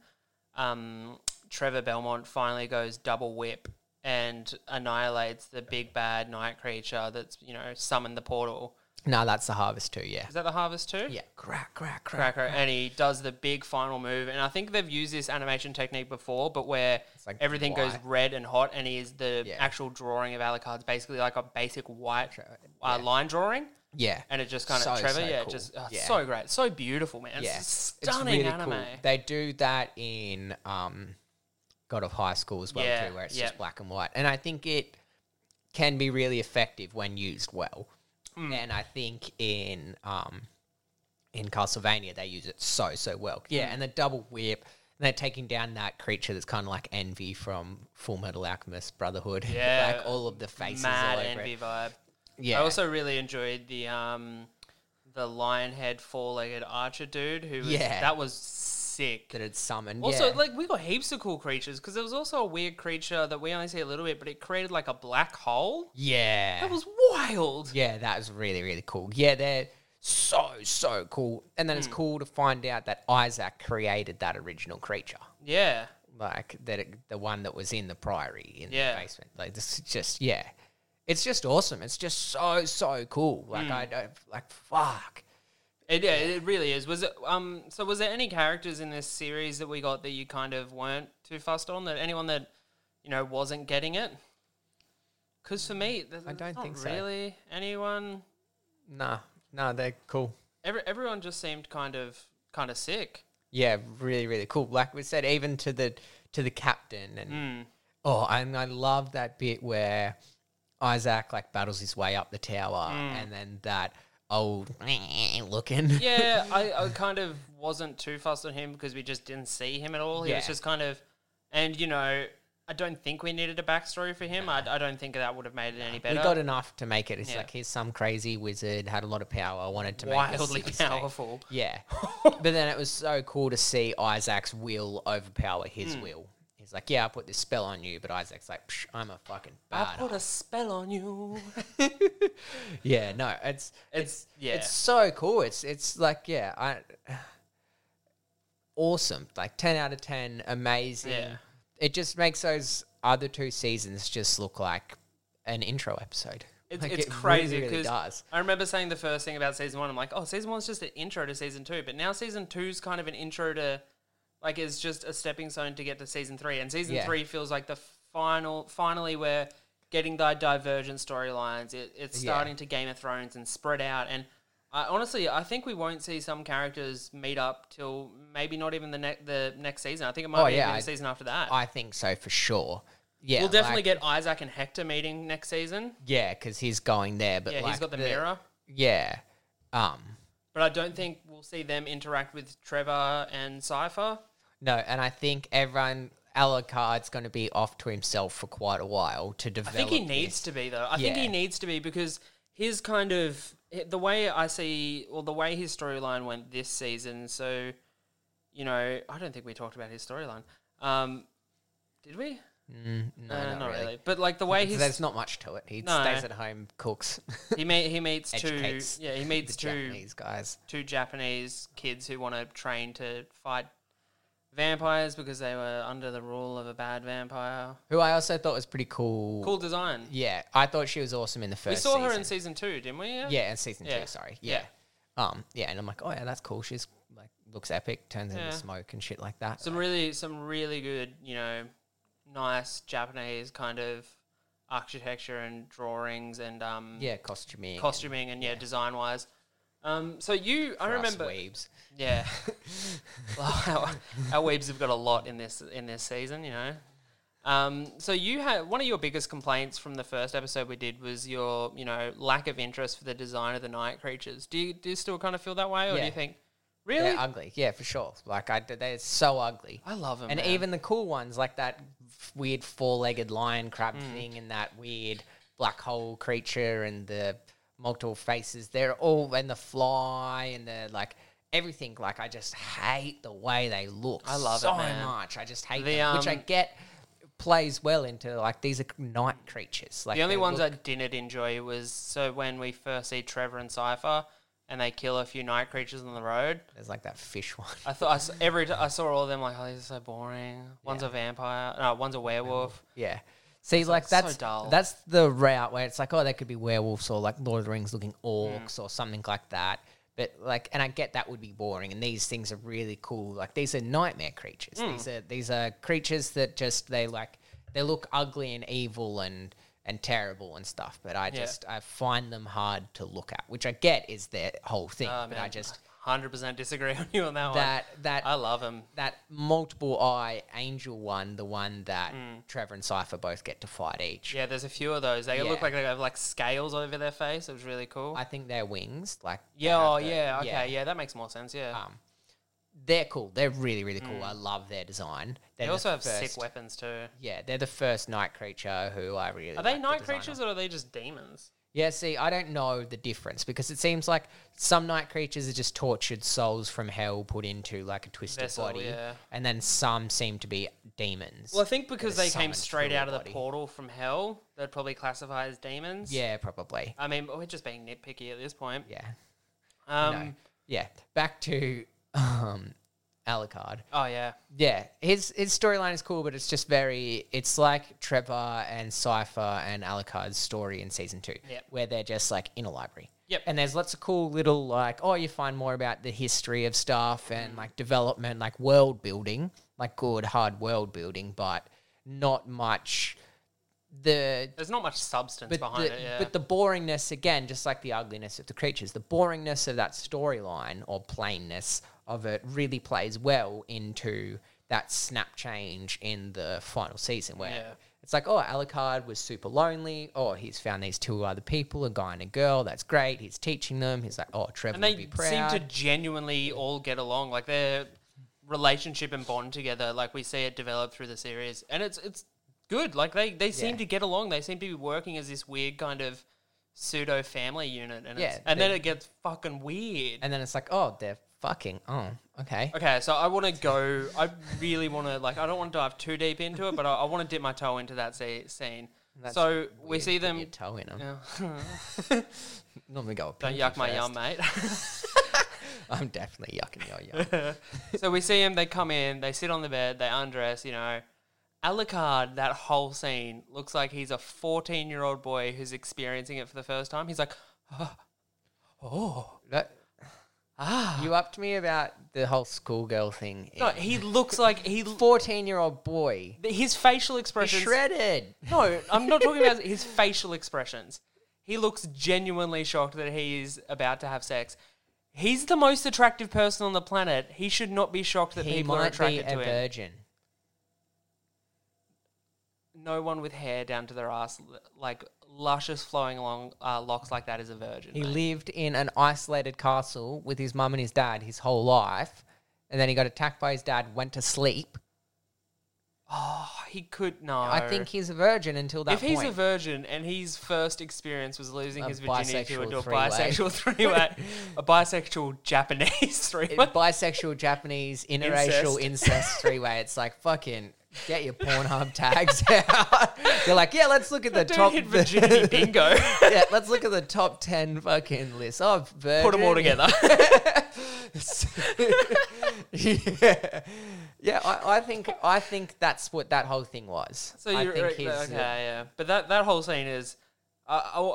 D: um, Trevor Belmont finally goes double whip and annihilates the big bad night creature that's you know summoned the portal.
E: No, that's the harvest too. Yeah,
D: Is that the harvest too?
E: yeah. Crack, crack, crack.
D: cracker and he does the big final move and i think they've used this animation technique before but where
E: like
D: everything goes
E: white.
D: red and hot and he is the
E: Yeah.
D: actual drawing of alucard's basically like a basic white uh, line drawing
E: Yeah,
D: and it just kind of
E: So,
D: trevor
E: so
D: yeah
E: cool.
D: just oh, it's
E: Yeah.
D: so great so beautiful man
E: yeah.
D: it's stunning anime
E: They do that in um, God of High School as well
D: Yeah,
E: too, where it's
D: yeah.
E: just black and white, and I think it can be really effective when used well.
D: Mm.
E: And I think in um, in Castlevania they use it so so well. Yeah, and the double whip, And they're taking down that creature that's kind of like Envy from Full Metal Alchemist Brotherhood.
D: Yeah.
E: like all of the faces.
D: Mad
E: all over it.
D: envy vibe.
E: Yeah.
D: I also really enjoyed the um the lion head four legged archer dude who was,
E: Yeah.
D: that was sick.
E: that it's summoned.
D: Also,
E: yeah.
D: like we got heaps of cool creatures because there was also a weird creature that we only see a little bit, but it created like a black hole.
E: yeah.
D: That was wild.
E: Yeah, that was really, really cool. Yeah, they're so, so cool. And then it's cool to find out that Isaac created that original creature.
D: Yeah,
E: Like that it, the one that was in the priory in
D: Yeah.
E: the basement. Like this is just yeah. It's just awesome. It's just so, so cool. Like I don't like fuck.
D: it, yeah, it really is. Was it um? So was there any characters in this series that we got that you kind of weren't too fussed on? That anyone that you know wasn't getting it? Because for me, there's, I
E: don't think so.
D: really anyone.
E: Nah. Nah, they're cool.
D: Every, everyone just seemed kind of kind of sick.
E: Yeah, really, really cool. Like we said, even to the to the captain and
D: Hmm.
E: oh, and I love that bit where Isaac like battles his way up the tower, and then that old looking.
D: Hmm. Yeah, I, I kind of wasn't too fussed on him because we just didn't see him at all. He was
E: Yeah.
D: just kind of, and you know, I don't think we needed a backstory for him. I, I don't think that would have made it any
E: we
D: better.
E: got enough to make it. It's
D: Yeah.
E: like here's some crazy wizard had a lot of power, wanted to
D: wildly
E: make us-
D: powerful.
E: Yeah, but then it was so cool to see Isaac's will overpower his
D: Hmm.
E: will. He's like, yeah, I put this spell on you, but Isaac's like, Psh, I'm a fucking
D: I
E: badass.
D: put a spell on you.
E: yeah, no, it's
D: It's yeah,
E: It's so cool. It's it's like yeah, I awesome. Like ten out of ten, amazing.
D: Yeah.
E: It just makes those other two seasons just look like an intro episode.
D: it's,
E: Like,
D: it's
E: it
D: crazy
E: Really, really
D: because
E: does.
D: I remember saying the first thing about season one. I'm like, oh, season one's just an intro to season two, but now season two's kind of an intro to, like, it's just a stepping stone to get to season three, and season
E: Yeah.
D: three feels like the final, finally we're getting thy divergent storylines. It, it's
E: Yeah.
D: starting to Game of Thrones and spread out, and I, honestly, I think we won't see some characters meet up till maybe not even the next the next season. I think it might
E: Oh,
D: be
E: yeah,
D: even
E: I-
D: the season after that.
E: I think so for sure. Yeah,
D: we'll definitely
E: like,
D: get Isaac and Hector meeting next season.
E: yeah because he's going there. But
D: Yeah,
E: like
D: he's got the mirror.
E: Yeah, um,
D: But I don't think we'll see them interact with Trevor and Cypher.
E: no, and I think everyone. Alucard's going to be off to himself for quite a while to
D: I
E: develop.
D: think he needs
E: this.
D: to be, though. I think he
E: Yeah.
D: needs to be because his kind of the way I see, or the way his storyline went this season. So, you know, I don't think we talked about his storyline. Um, did we?
E: Mm, No,
D: Uh,
E: not, really.
D: But like the way he's
E: There's not much to it. He
D: No.
E: stays at home, cooks.
D: he meet, he meets two
E: Educates
D: yeah he meets two
E: Japanese guys.
D: two Japanese kids who want to train to fight vampires because they were under the rule of a bad vampire.
E: Who I also thought was pretty cool.
D: Cool design.
E: Yeah, I thought she was awesome in the first.
D: We saw her in
E: season.
D: season two, didn't we?
E: Yeah, in season
D: Yeah.
E: two. Sorry. Yeah. Um. Yeah, and I'm like, oh yeah, that's cool. She's like looks epic, turns
D: Yeah.
E: into smoke and shit like that.
D: Some really, some really good, you know, nice Japanese kind of architecture and drawings and um,
E: yeah, costuming. and
D: costuming and yeah, design wise. Um, so you, I
E: for us
D: remember,
E: weebs.
D: yeah. well, our, our weebs have got a lot in this in this season, you know. Um, so you had one of your biggest complaints from the first episode we did was your, you know, lack of interest for the design of the night creatures. Do you do you still kind of feel that way, or do
E: Yeah.
D: you think really?
E: They're ugly. Yeah, for sure. Like I, they're so ugly.
D: I love them,
E: and even the cool ones like that f- weird four-legged lion crab
D: Mm.
E: thing and that weird black hole creature and the multiple faces they're all and the fly and the like everything like i just hate the way they look i
D: love it,
E: so
D: man.
E: much i just hate
D: The,
E: them, which i
D: um,
E: get plays well into like these are night creatures like
D: The only
E: they
D: ones
E: look-
D: I didn't enjoy was so when we first see Trevor and Cipher, and they kill a few night creatures on the road.
E: there's like that fish one
D: I thought I s every t- I saw all of them like, oh, these are so boring. One's a vampire, no, one's a werewolf.
E: Yeah. See, like
D: so
E: that's
D: dull.
E: that's the route where it's like, oh, they could be werewolves or like Lord of the Rings looking orcs or something like that. But like, and I get that would be boring. And these things are really cool. Like these are nightmare creatures.
D: Hmm.
E: These are these are creatures that just they like they look ugly and evil and and terrible and stuff. But I just I find them hard to look at, which I get is their whole thing. but I just
D: hundred percent disagree on you on that,
E: that that
D: one. Ah, I love them.
E: that multiple eye angel one, the one that
D: Hmm.
E: Trevor and Cipher both get to fight each.
D: Yeah, there's a few of those. They look
E: Yeah.
D: like they have like scales over their face. It was really cool.
E: I think they're wings, like
D: yeah, oh
E: the-
D: yeah, okay,
E: yeah.
D: yeah. that makes more sense. Yeah,
E: um, they're cool. They're really, really cool. I love their design.
D: Mm. They
E: They're
D: also have sick
E: first,
D: weapons too.
E: Yeah, they're the first night creature who I really
D: Are they
E: like the
D: night
E: design of.
D: creatures or are they just demons?
E: Yeah, see, I don't know the difference because it seems like some night creatures are just tortured souls from hell put into like a twisted
D: Vessel,
E: body,
D: yeah.
E: and then some seem to be demons.
D: Well, I think because
E: They're
D: they came
E: summoned
D: straight
E: through
D: out
E: the
D: of the
E: body.
D: portal from hell, they'd probably classify as demons.
E: yeah, probably.
D: I mean, we're just being nitpicky at this point.
E: Yeah,
D: Um,
E: no, yeah. Back to um, Alucard.
D: Oh yeah.
E: Yeah, his his storyline is cool, but it's just very. It's like Trevor and Cipher and Alucard's story in season two,
D: Yep.
E: where they're just like in a library.
D: Yep.
E: And there's lots of cool little like, oh, you find more about the history of stuff
D: Mm.
E: and like development, like world building, like good hard world building, but not much. The
D: There's not much substance behind
E: the,
D: it. Yeah.
E: But the boringness, again, just like the ugliness of the creatures, the boringness of that storyline or plainness of it really plays well into that snap change in the final season where
D: Yeah.
E: it's like, oh, Alucard was super lonely. Oh, he's found these two other people, a guy and a girl. That's great. He's teaching them. He's like, oh, Trevor
D: and
E: would
D: they
E: be
D: seem
E: proud.
D: to genuinely all get along. Like their relationship and bond together, like we see it develop through the series, and it's it's good. Like they they seem
E: Yeah.
D: to get along. They seem to be working as this weird kind of pseudo family unit, and it's,
E: Yeah,
D: and then
E: they-
D: it gets fucking weird.
E: and then it's like, oh, they're fucking. Oh, okay.
D: Okay, so I want to go. I really want to like. I don't want to dive too deep into it, but I, I want to dip my toe into that se- scene.
E: That's
D: so we
E: Weird,
D: see
E: put
D: them.
E: Your toe in 'em.
D: Yeah.
E: Normally go.
D: don't yuck my yum, mate.
E: I'm definitely yucking your yum.
D: so we see them. They come in. They sit on the bed. They undress. You know, Alucard. That whole scene looks like he's a fourteen-year-old boy who's experiencing it for the first time. He's like,
E: That-
D: ah.
E: You upped me about the whole schoolgirl thing.
D: No, he looks like he.
E: Fourteen-year-old boy,
D: His facial
E: He's
D: expressions.
E: shredded.
D: No, I'm not talking about his facial expressions. He looks genuinely shocked that he is about to have sex. He's the most attractive person on the planet. He should not be shocked that
E: He
D: people are
E: might be
D: attracted
E: a
D: to him.
E: virgin.
D: No one with hair down to their ass, l- like luscious flowing long uh, locks like that, is a virgin.
E: He
D: mate.
E: lived in an isolated castle with his mum and his dad his whole life, and then he got attacked by his dad. Went to sleep.
D: oh, he could no.
E: I think he's a virgin until that
D: if he's
E: point.
D: a virgin and his first experience was losing
E: A
D: his virginity to a,
E: bisexual
D: to a
E: three-way.
D: bisexual three-way, a bisexual Japanese three-way,
E: Bisexual, Japanese, interracial, incest, three-way. It's like fucking get your Pornhub tags out. You're like, yeah, let's look at the
D: dude
E: top.
D: hit virginity bingo.
E: yeah, let's look at the top ten fucking list. Oh, virgin.
D: Put them all together.
E: yeah, yeah. I, I think I think that's what that whole thing was.
D: So you're
E: I think uh,
D: right, okay, yeah. But that that whole scene is uh, uh,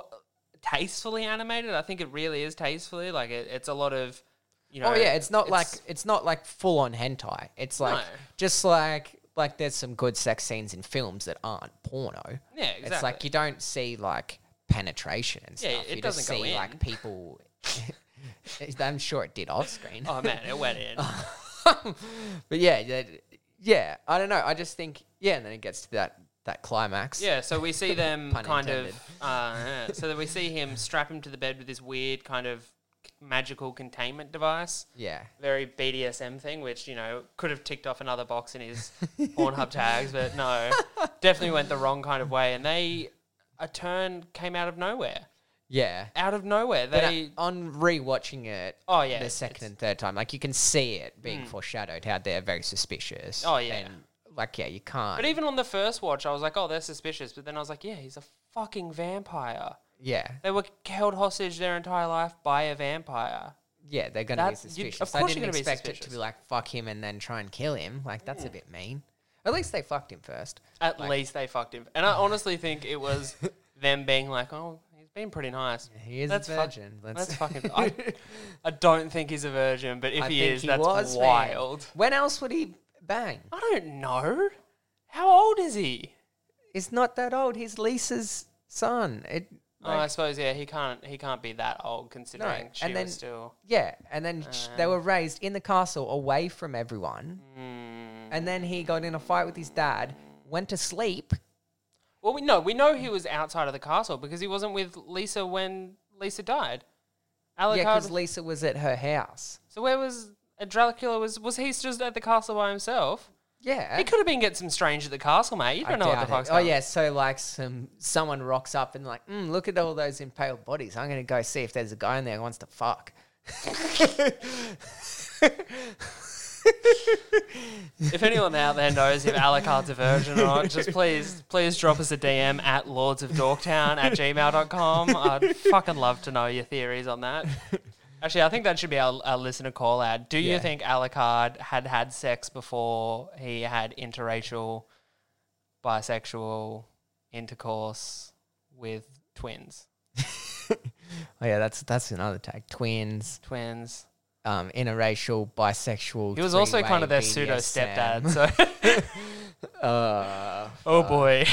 D: tastefully animated. I think it really is tastefully. Like it, it's a lot of, you know.
E: Oh yeah, it's not like it's not like full on hentai. It's like
D: No.
E: just like like there's some good sex scenes in films that aren't porno.
D: Yeah,
E: It's like
D: exactly.
E: you don't see like penetration and
D: Yeah,
E: stuff.
D: it
E: you just
D: doesn't go
E: see
D: in.
E: like people. I'm sure it did off screen.
D: Oh man, it went in.
E: but yeah, that, yeah. I don't know. I just think yeah, and then it gets to that that climax.
D: Yeah, so we see them
E: Pun
D: kind
E: intended.
D: of. Uh, yeah, so that we see him strap him to the bed with this weird kind of magical containment device.
E: yeah.
D: Very BDSM thing, which you know could have ticked off another box in his Pornhub tags, but no, definitely went the wrong kind of way. And they, a turn came out of nowhere.
E: Yeah.
D: out of nowhere.
E: But
D: They
E: uh, on rewatching it,
D: Oh, yeah,
E: the
D: it's- Hmm.
E: second and third time, like you can see it being foreshadowed how they're very suspicious.
D: Oh, yeah.
E: and, like yeah, you can't.
D: but even on the first watch, I was like, oh, they're suspicious. But then I was like, yeah, he's a fucking vampire.
E: yeah,
D: They were held hostage their entire life by a vampire.
E: yeah, they're gonna be
D: That- you- of
E: suspicious. I
D: course
E: didn't
D: you're gonna be
E: expect it to
D: suspicious. Hmm.
E: be like fuck him and then try and kill him. Like that's a bit mean. At least they fucked him first.
D: At least they fucked him. And I honestly think it was them being like, oh, he's been pretty nice.
E: He is
D: That's
E: a
D: fuck-
E: virgin. Let's-
D: That's fucking. I, I don't think he's a virgin, but if
E: I
D: he
E: think
D: is, that's
E: man.
D: wild.
E: When else would he bang?
D: I don't know. How old is he?
E: He's not that old. He's Lisa's son. It,
D: oh, I
E: like,
D: suppose yeah. He can't. He can't be that old considering she
E: and then-
D: was still.
E: yeah, and then sh
D: Uh.
E: they were raised in the castle, away from everyone.
D: Hmm.
E: and then he got in a fight with his dad, went to sleep.
D: Well, we know we know he was outside of the castle because he wasn't with Lisa when Lisa died.
E: Yeah,
D: Alucard.
E: because Lisa was at her house.
D: so where was And Dracula was was he just at the castle by himself?
E: Yeah.
D: He could have been get some strange at the castle, mate. You don't know what the
E: doubt it.
D: fuck's
E: Oh
D: going on.
E: yeah, so like some someone rocks up and like, mm, look at all those impaled bodies. I'm gonna go see if there's a guy in there who wants to fuck.
D: If anyone out there knows if Alucard's a virgin or not, just please, please drop us a DM at lords of dorktown at gmail.com. I'd fucking love to know your theories on that. Actually, I think that should be our, our listener call out. Do you
E: Yeah.
D: think Alucard had had sex before he had interracial, bisexual intercourse with twins?
E: Oh yeah, that's that's another tag. Twins,
D: Twins.
E: um, interracial, bisexual.
D: He was also kind of their pseudo
E: three-way
D: stepdad.
E: BDSM.
D: So,
E: Uh,
D: oh boy,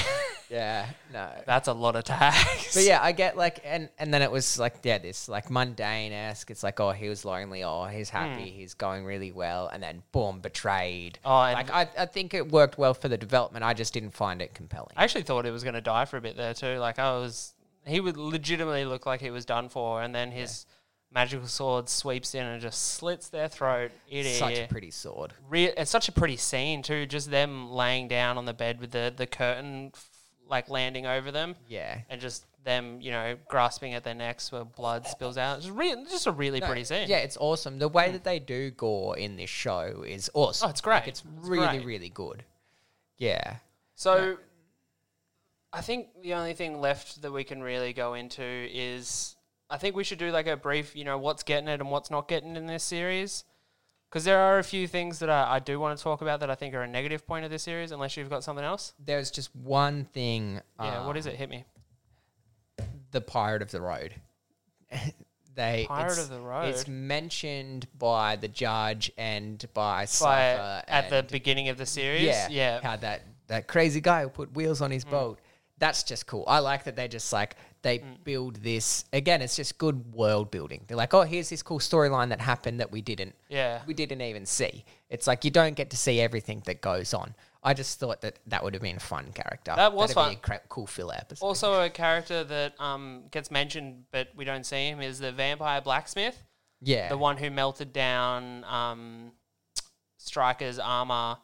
E: yeah, no.
D: that's a lot of tags.
E: But yeah, I get like, and and then it was like, yeah, this like mundane esque. It's like, oh, he was lonely, oh, he's
D: Hmm.
E: happy, he's going really well, and then boom, betrayed.
D: Oh, and
E: like I, I think it worked well for the development. I just didn't find it compelling.
D: I actually thought he was going to die for a bit there too. Like I was, he would legitimately look like he was done for, and then his magical sword sweeps in and just slits their throat. It is
E: Such a pretty sword.
D: Re- it's such a pretty scene too. Just them laying down on the bed with the the curtain f- like landing over them,
E: Yeah.
D: and just them you know grasping at their necks where blood spills out. It's re- just a really pretty scene.
E: Yeah, it's awesome. The way that they do gore in this show is awesome.
D: Oh, it's great.
E: Like, it's
D: It's
E: really,
D: great.
E: really good. Yeah.
D: So I think the only thing left that we can really go into is I think we should do like a brief, you know, what's getting it and what's not getting in this series. Because there are a few things that I, I do want to talk about that I think are a negative point of this series, unless you've got something else.
E: There's just one thing.
D: Yeah,
E: um,
D: what is it? Hit me.
E: The Pirate of the Road. they
D: Pirate
E: it's-
D: of the Road?
E: It's mentioned by the judge and by
D: By,
E: Cypher
D: at the
E: uh, and-
D: beginning of the series?
E: yeah,
D: Yeah. Hmm.
E: How that that crazy guy who put wheels on his boat. That's just cool. I like that they just like they
D: Hmm.
E: build this again. It's just good world building. They're like, oh, here's this cool storyline that happened that we didn't
D: Yeah.
E: we didn't even see. It's like you don't get to see everything that goes on. I just thought that that would have been a fun character.
D: That was
E: That'd
D: fun.
E: Be a cra- cool filler episode.
D: Also, a character that um, gets mentioned but we don't see him is the vampire blacksmith.
E: yeah,
D: the one who melted down um, Striker's armor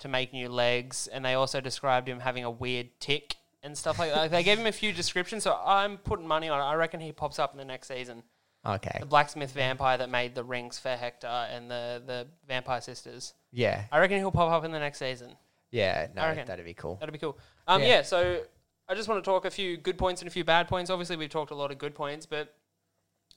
D: to make new legs, and they also described him having a weird tick and stuff like that. they gave him a few descriptions, so I'm putting money on it. I reckon he pops up in the next season.
E: okay,
D: The blacksmith vampire that made the rings for Hector and the, the vampire sisters.
E: yeah,
D: I reckon he'll pop up in the next season.
E: yeah. No,
D: I reckon.
E: that'd be cool.
D: That'd be cool. Um, yeah.
E: Yeah.
D: so I just want to talk a few good points and a few bad points. Obviously, we've talked a lot of good points, but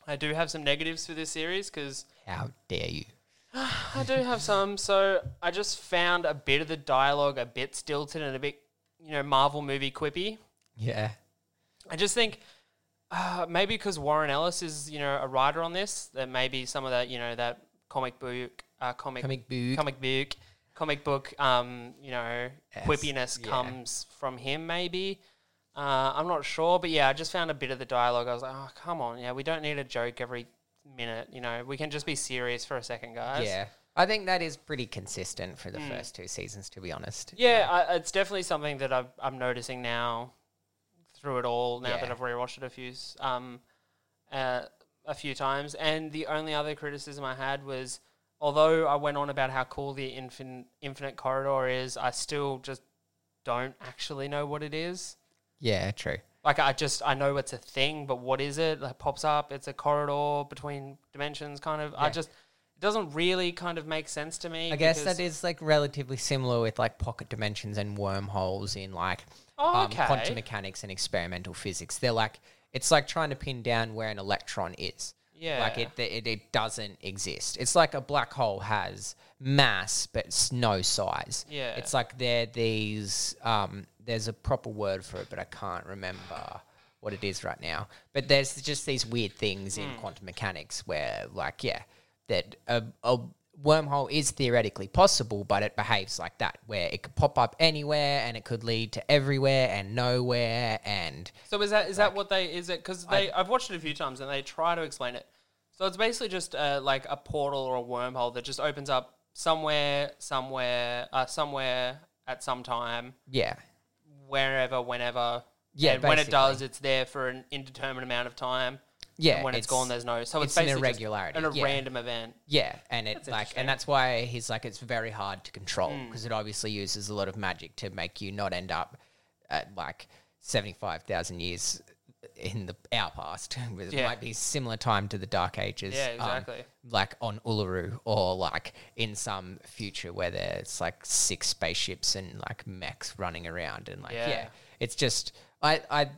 D: I do have some negatives for this series because
E: How dare you?
D: I do have some. So I just found a bit of the dialogue a bit stilted and a bit, you know, Marvel movie quippy.
E: Yeah,
D: I just think uh, maybe because Warren Ellis is, you know, a writer on this, that maybe some of that, you know, that comic book, uh, comic,
E: comic book.
D: comic book, comic book, um, you know,
E: Yes,
D: quippiness
E: yeah.
D: comes from him. Maybe uh, I'm not sure, but yeah, I just found a bit of the dialogue. I was like, oh come on, yeah, we don't need a joke every minute. You know, we can just be serious for a second, guys.
E: Yeah, I think that is pretty consistent for the first two seasons. To be honest,
D: Hmm. Yeah, I, it's definitely something that I've, I'm noticing now through it all. Now that
E: Yeah.
D: I've rewatched it a few s- um, uh, a few times, and the only other criticism I had was, although I went on about how cool the infin- infinite corridor is, I still just don't actually know what it is.
E: yeah, true.
D: Like I just I know it's a thing, but what is it? Like pops up, it's a corridor between dimensions, kind of. I
E: Yeah.
D: just it doesn't really kind of make sense to me.
E: I guess
D: because-
E: that is like relatively similar with like pocket dimensions and wormholes in like
D: Oh,
E: um,
D: okay.
E: quantum mechanics and experimental physics. They're like it's like trying to pin down where an electron is. Like
D: Yeah.
E: it, it, it doesn't exist. It's like a black hole has mass, but it's no size.
D: Yeah.
E: It's like they're these. Um, there's a proper word for it, but I can't remember what it is right now. But there's just these weird things
D: Hmm.
E: in quantum mechanics where, like, yeah, that a, a wormhole is theoretically possible, but it behaves like that, where it could pop up anywhere and it could lead to everywhere and nowhere and
D: So is that is that what they is it because they I, have watched it a few times and they try to explain it. So it's basically just uh, like a portal or a wormhole that just opens up somewhere, somewhere, uh, somewhere at some time,
E: yeah,
D: wherever, whenever.
E: Yeah,
D: and when it
E: basically.
D: does, it's there for an indeterminate amount of time.
E: Yeah,
D: and when it's gone, there's no. So it's,
E: it's an
D: basically just
E: irregularity,
D: and a
E: yeah.
D: random event.
E: Yeah, and it like,
D: interesting. Mm.
E: and that's why he's like, it's very hard to control because it obviously uses a lot of magic to make you not end up at like seventy five thousand years in the our past. it
D: Yeah.
E: might be similar time to the Dark Ages.
D: Yeah,
E: um,
D: exactly.
E: like on Uluru or like in some future where there's like six spaceships and like mechs running around and like yeah,
D: Yeah.
E: it's just I I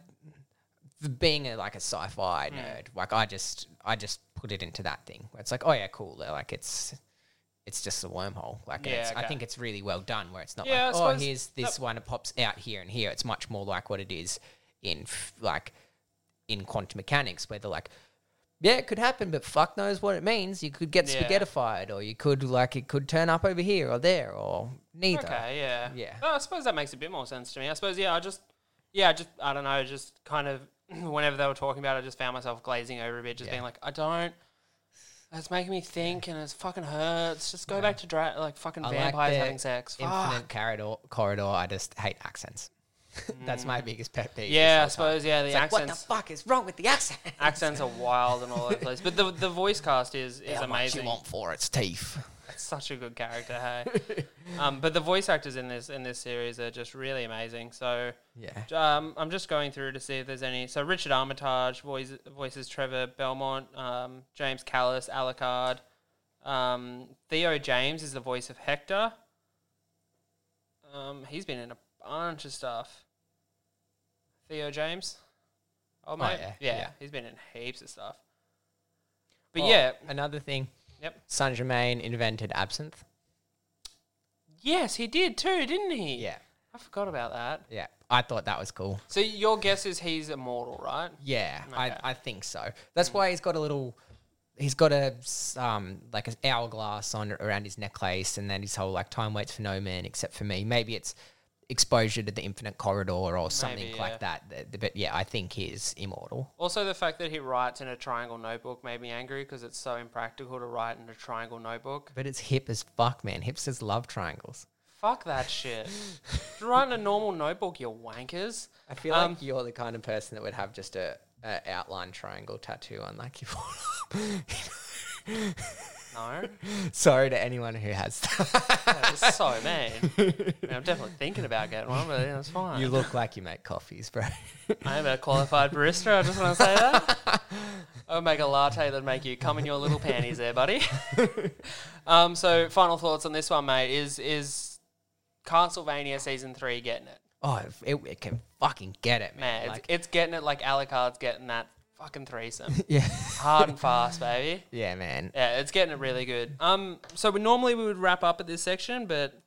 E: being a, like a sci-fi
D: Hmm.
E: nerd, like I just I just put it into that thing. Where it's like, oh yeah, cool. They're Like it's it's just a wormhole. Like and
D: Yeah,
E: it's, I
D: okay.
E: think it's really well done. Where it's not
D: Yeah,
E: like,
D: I
E: oh
D: suppose
E: here's this one, it pops out here and here. It's much more like what it is in f- like in quantum mechanics, where they're like. Yeah, it could happen, but fuck knows what it means. You could get
D: Yeah.
E: spaghettified, or you could like it could turn up over here or there, or neither.
D: Okay, yeah,
E: Yeah.
D: No, I suppose that makes a bit more sense to me. I suppose, yeah, I just, yeah, I just, I don't know, just kind of, whenever they were talking about, it, I just found myself glazing over a bit, just
E: Yeah.
D: being like, I don't. It's making me think, and it's fucking hurts. Just go back to dra- like fucking
E: I like
D: vampires
E: the
D: having sex. Fuck.
E: Infinite corridor, corridor. I just hate accents. That's my biggest pet peeve. is
D: Mm. Yeah, I
E: like,
D: suppose. Yeah, the
E: it's like,
D: accents.
E: what the fuck is wrong with the accent?
D: accents are wild and all over the place. But the the voice cast is is
E: How much
D: amazing.
E: you want for its teeth?
D: It's such a good character, hey. um, but the voice actors in this in this series are just really amazing. So
E: Yeah.
D: um, I'm just going through to see if there's any. So Richard Armitage voice, voices Trevor Belmont, um, James Callis, Alucard. Um, Theo James is the voice of Hector. Um, he's been in a bunch of stuff. Theo James. Oh, mate.
E: yeah,
D: yeah,
E: yeah.
D: he's been in heaps of stuff. But
E: Oh,
D: yeah,
E: another thing.
D: Yep.
E: Saint Germain invented absinthe.
D: yes, he did too, didn't he?
E: Yeah,
D: I forgot about that.
E: yeah. I thought that was cool.
D: So your guess is he's immortal, right?
E: Yeah,
D: Okay.
E: I, I think so. That's why he's got a little. He's got a s- um like an hourglass on around his necklace, and then his whole like time waits for no man except for me. Maybe it's exposure to the infinite corridor or something
D: Maybe, yeah.
E: like that. Th- th- But yeah, I think he's immortal.
D: Also, the fact that he writes in a triangle notebook made me angry because it's so impractical to write in a triangle notebook.
E: But it's hip as fuck, man. Hipsters love triangles.
D: Fuck that shit. Just write in a normal notebook, you wankers.
E: I feel
D: Um,
E: like you're the kind of person that would have just a, a outline triangle tattoo on like your forearm.
D: No,
E: Sorry to anyone who has that.
D: that's so mean. I mean, I'm definitely thinking about getting one, but yeah, it's fine.
E: you look like you make coffees, bro.
D: I am a qualified barista. I just want to say that. I would make a latte that'd make you come in your little panties, there, buddy. um, so, final thoughts on this one, mate? Is is Castlevania season three getting it?
E: Oh, it, it can fucking get it, man.
D: Man,
E: Like-
D: it's, it's getting it like Alucard's getting that fucking threesome.
E: yeah,
D: Hard and fast, baby.
E: yeah, man.
D: Yeah, it's getting it really good. Um, so we normally we would wrap up at this section, but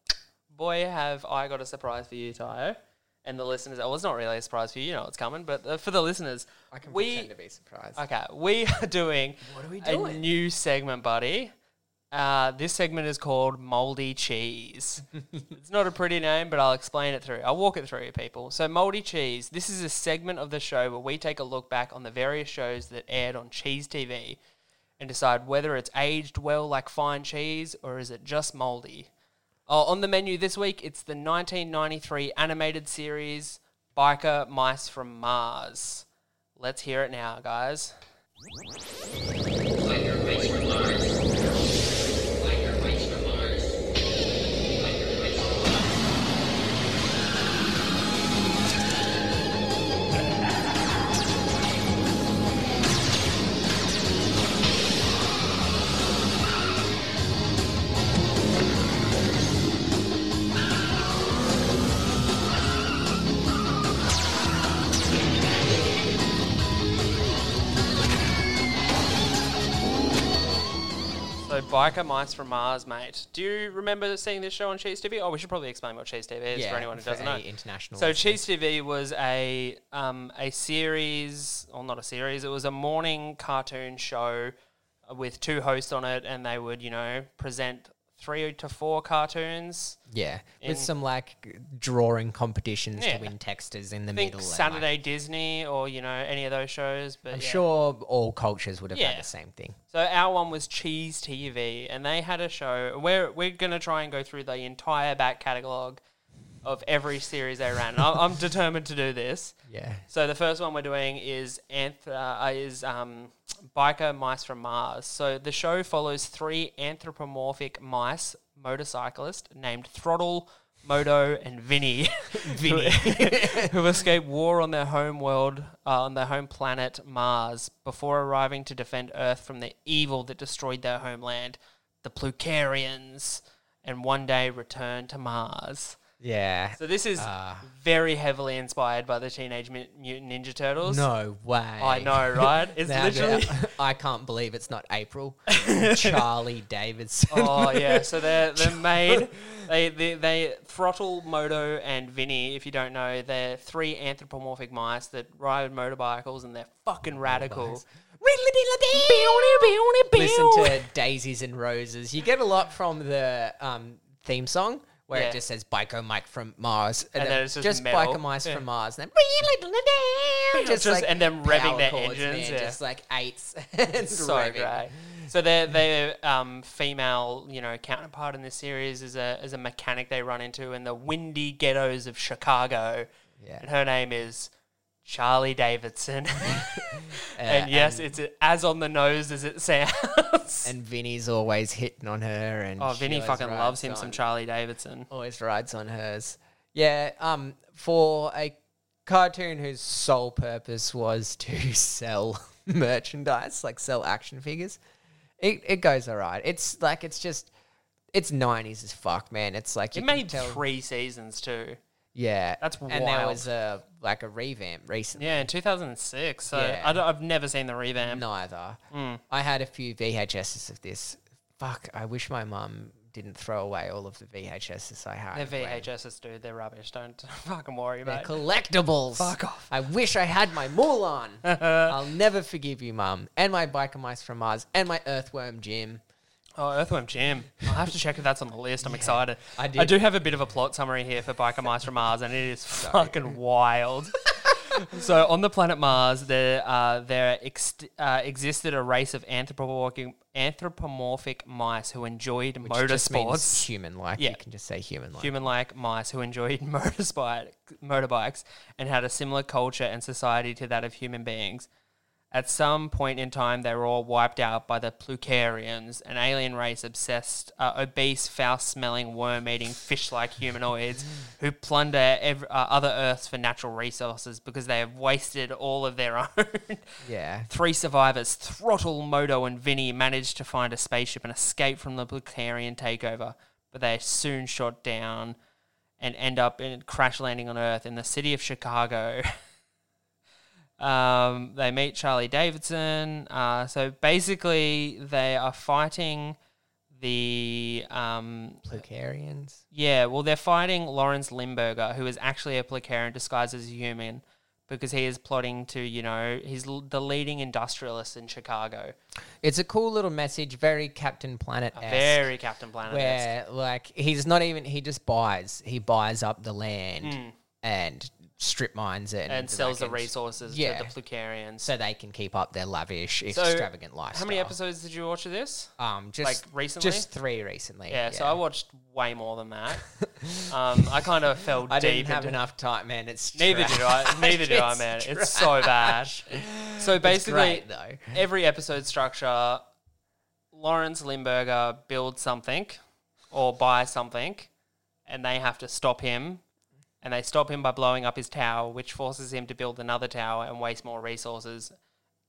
D: boy, have I got a surprise for you, Tayo, and the listeners. Well, it's not really a surprise for you. You know it's coming, but uh, for the listeners,
E: I can
D: we
E: pretend to be surprised.
D: okay, we are doing
E: What are we
D: a new segment, buddy. Uh, this segment is called Moldy Cheese. it's not a pretty name, but I'll explain it through. I'll walk it through, people. So, Moldy Cheese, this is a segment of the show where we take a look back on the various shows that aired on Cheese TV and decide whether it's aged well like fine cheese or is it just moldy. Uh, on the menu this week, it's the 1993 animated series Biker Mice from Mars. Let's hear it now, guys. So Biker Mice from Mars, mate. Do you remember seeing this show on Cheese TV? Oh, we should probably explain what Cheese TV is for anyone who doesn't know.
E: any International.
D: So Cheese TV was a um, a series, or not a series. It was a morning cartoon show with two hosts on it, and they would you know present three to four cartoons.
E: yeah,
D: in-
E: with some like g- drawing competitions
D: Yeah.
E: to win texters in the
D: I think
E: middle. and, like-
D: Saturday Disney or you know any of those shows. But
E: I'm
D: yeah.
E: sure all cultures would have had
D: Yeah.
E: the same thing.
D: So our one was Cheese TV, and they had a show. We're we're gonna try and go through the entire back catalog of every series they ran. And I'm, I'm determined to do this.
E: Yeah.
D: So the first one we're doing is anth- uh, is um, biker mice from Mars. So the show follows three anthropomorphic mice motorcyclists named Throttle, Moto, and Vinny, Vinny, who escape war on their home world uh, on their home planet Mars before arriving to defend Earth from the evil that destroyed their homeland, the Plucarians, and one day return to Mars.
E: Yeah.
D: So this is very heavily inspired by the Teenage Mut- Mutant Ninja Turtles.
E: No way.
D: I know, right? It's
E: Now that-
D: literally.
E: I can't believe it's not April. Charlie Davidson.
D: Oh yeah, so they're they're made. They, they they throttle Moto and Vinny. If you don't know, they're three anthropomorphic mice that ride motorbikes, and they're fucking radical.
E: Listen to Daisies and Roses. You get a lot from the um, theme song where
D: Yeah.
E: it just says Biker Mike from Mars. And,
D: then it's just metal.
E: Biker Mice
D: Yeah.
E: from Mars. And then
D: Just- and them revving
E: power
D: their
E: chords,
D: engines,
E: man,
D: yeah.
E: Just like eights. and
D: so
E: revving.
D: great. So their their um, female you know counterpart in this series is a is a mechanic they run into in the windy ghettos of Chicago,
E: Yeah.
D: and her name is Charlie Davidson. and
E: Uh,
D: yes, it's as on the nose as it sounds.
E: And Vinny's always hitting on her. And
D: oh,
E: she
D: Vinny
E: always
D: fucking loves
E: rides
D: him some
E: on-
D: Charlie Davidson.
E: always rides on hers. Yeah, um, for a cartoon whose sole purpose was to sell merchandise, like sell action figures, it, it goes all right. It's like, it's just, it's 90s as fuck, man. It's like, you
D: It
E: can
D: made
E: tell-
D: three seasons too.
E: Yeah.
D: That's
E: And there
D: wild.
E: was a, like a revamp recently.
D: Yeah, in 2006. So
E: Yeah.
D: I don't, I've never seen the revamp.
E: Neither.
D: Mm.
E: I had a few VHSs of this. Fuck, I wish my mum didn't throw away all of the VHSs I had.
D: They're
E: when-
D: VHSs, dude. They're rubbish. Don't fucking worry,
E: They're
D: mate.
E: collectibles.
D: Fuck off.
E: I wish I had my Mulan. I'll never forgive you, Mum. And my Biker Mice from Mars. And my Earthworm Jim.
D: Oh, Earthworm Jim. I'll have to check if that's on the list. I'm excited.
E: I
D: I
E: did-
D: do have a bit of a plot summary here for Biker Mice from Mars, and it is fucking wild. so, on the planet Mars, there uh, there ex- uh, existed a race of anthropomorphic, anthropomorphic mice who enjoyed
E: Which just means
D: motorsports.
E: human like.
D: Yeah.
E: You can just say human like.
D: Human like mice who enjoyed motorspike, motorbikes and had a similar culture and society to that of human beings. At some point in time, they were all wiped out by the Plucarians, an alien race obsessed, uh, obese, foul-smelling, worm-eating, fish-like humanoids who plunder ev- uh, other Earths for natural resources because they have wasted all of their own.
E: Yeah.
D: Three survivors, Throttle, Moto, and Vinny, managed to find a spaceship and escape from the Blacarian takeover, but they are soon shot down and end up in crash landing on Earth in the city of Chicago. um, they meet Charlie Davidson. Uh, so basically, they are fighting the um,
E: Lucarians.
D: yeah, well, they're fighting Lawrence Limburger, who is actually a Placarian disguised as a human because he is plotting to, you know, he's l- the leading industrialist in Chicago.
E: It's a cool little message, very Captain Planet esque.
D: Very Captain Planet.
E: Where, like, he's not even, he just buys. He buys up the land and strip mines it.
D: Hmm. and sells the
E: like,
D: resources
E: yeah.
D: to the Placarians.
E: So they can keep up their lavish,
D: So,
E: extravagant lifestyle.
D: How many episodes did you watch of this?
E: Um, just
D: like, recently?
E: just three recently.
D: Yeah, so I watched way more than that. um, I kind of fell
E: I
D: deep
E: didn't have
D: into
E: enough time, man. It's
D: Neither
E: trash.
D: did I. Neither did I,
E: It's
D: man. It's so bad. So basically,
E: great, though.
D: every episode structure, Lawrence Limburger builds something or buys something, and they have to stop him. And they stop him by blowing up his tower, which forces him to build another tower and waste more resources.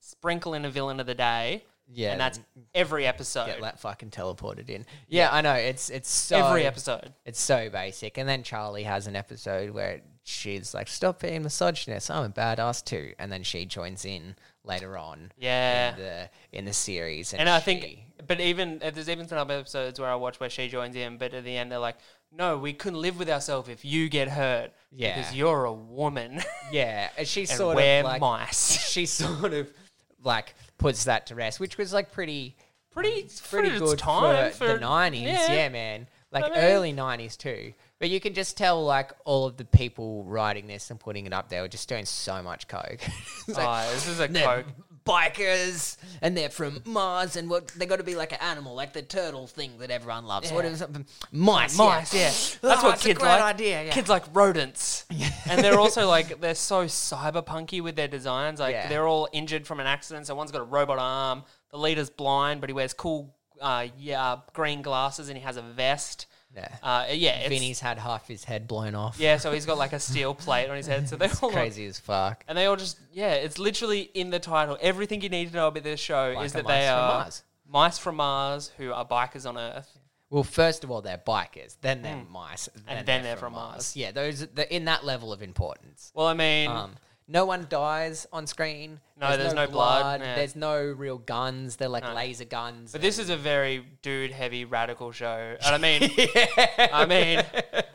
D: Sprinkle in a villain of the day,
E: Yeah,
D: and that's every episode.
E: get that fucking teleported in. Yeah, I know. It's it's so
D: every episode.
E: It's so basic. And then Charlie has an episode where she's like, "Stop being misogynist. I'm a badass too." And then she joins in later on.
D: Yeah.
E: In the, in the series, and,
D: And I think,
E: she-
D: but even uh, there's even some episodes where I watch where she joins in, but at the end they're like, "No, we couldn't live with ourselves if you get hurt,
E: Yeah.
D: because you're a woman
E: yeah, and she
D: and
E: sort
D: we're
E: of like
D: mice."
E: she sort of like puts that to rest, which was like pretty
D: pretty,
E: pretty
D: for its
E: good
D: time
E: for, the nineties. Yeah. man. Like
D: I mean-
E: early nineties too. But you can just tell like all of the people writing this and putting it up there were just doing so much coke. It's like,
D: Oh, this is a
E: "Nah,
D: coke.
E: bikers and they're from Mars and what they got to be like an animal, like the turtle thing that everyone loves. What is it? Mice.
D: Mice, yeah. That's
E: Oh,
D: what
E: it's
D: kids
E: a great
D: like.
E: idea. Yeah.
D: Kids like rodents. and they're also like they're so cyberpunky with their designs. Like
E: Yeah.
D: they're all injured from an accident, so one's got a robot arm, the leader's blind, but he wears cool uh, yeah, green glasses and he has a vest.
E: Yeah.
D: Uh, yeah, it's,
E: Vinny's had half his head blown off.
D: Yeah, so he's got like a steel plate on his head. So they're all like-
E: Crazy as fuck.
D: and they all just yeah, it's literally in the title. Everything you need to know about this show
E: Like
D: is
E: a
D: that they
E: mice from
D: are
E: Mars.
D: mice from Mars who are bikers on Earth.
E: Well, first of all, they're bikers, then they're mice,
D: Mm. And then they're from Mars.
E: Yeah, those they're in that level of importance.
D: Well, I mean,
E: Um, no one dies on screen.
D: No, there's no blood, yeah.
E: There's no real guns. They're like
D: No.
E: laser guns.
D: But this is a very dude-heavy radical show, and I mean, I mean,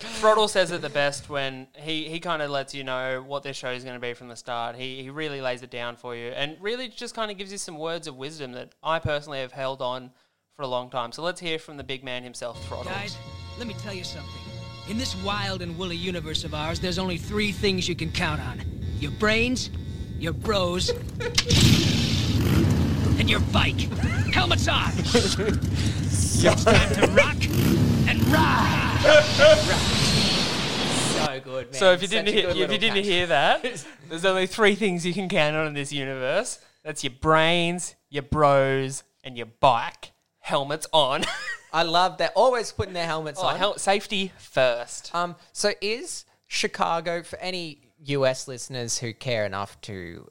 D: Throttle says it the best when he, he kind of lets you know what this show is going to be from the start. He he really lays it down for you, and really just kind of gives you some words of wisdom that I personally have held on for a long time. So let's hear from the big man himself, Throttle.
F: Guys, let me tell you something. In this wild and woolly universe of ours, there's only three things you can count on your brains, your bros, and your bike. Helmets on! it's time to rock and ride!
E: so good. Man.
D: So if you
E: Such
D: didn't
E: a
D: hear,
E: good
D: if you
E: little
D: didn't
E: catch.
D: hear that, there's only three things you can count on in this universe. That's your brains, your bros, and your bike. Helmets on.
E: I love they're always putting their helmets
D: Oh,
E: on.
D: hel- safety first.
E: Um, so is Chicago for any US listeners who care enough to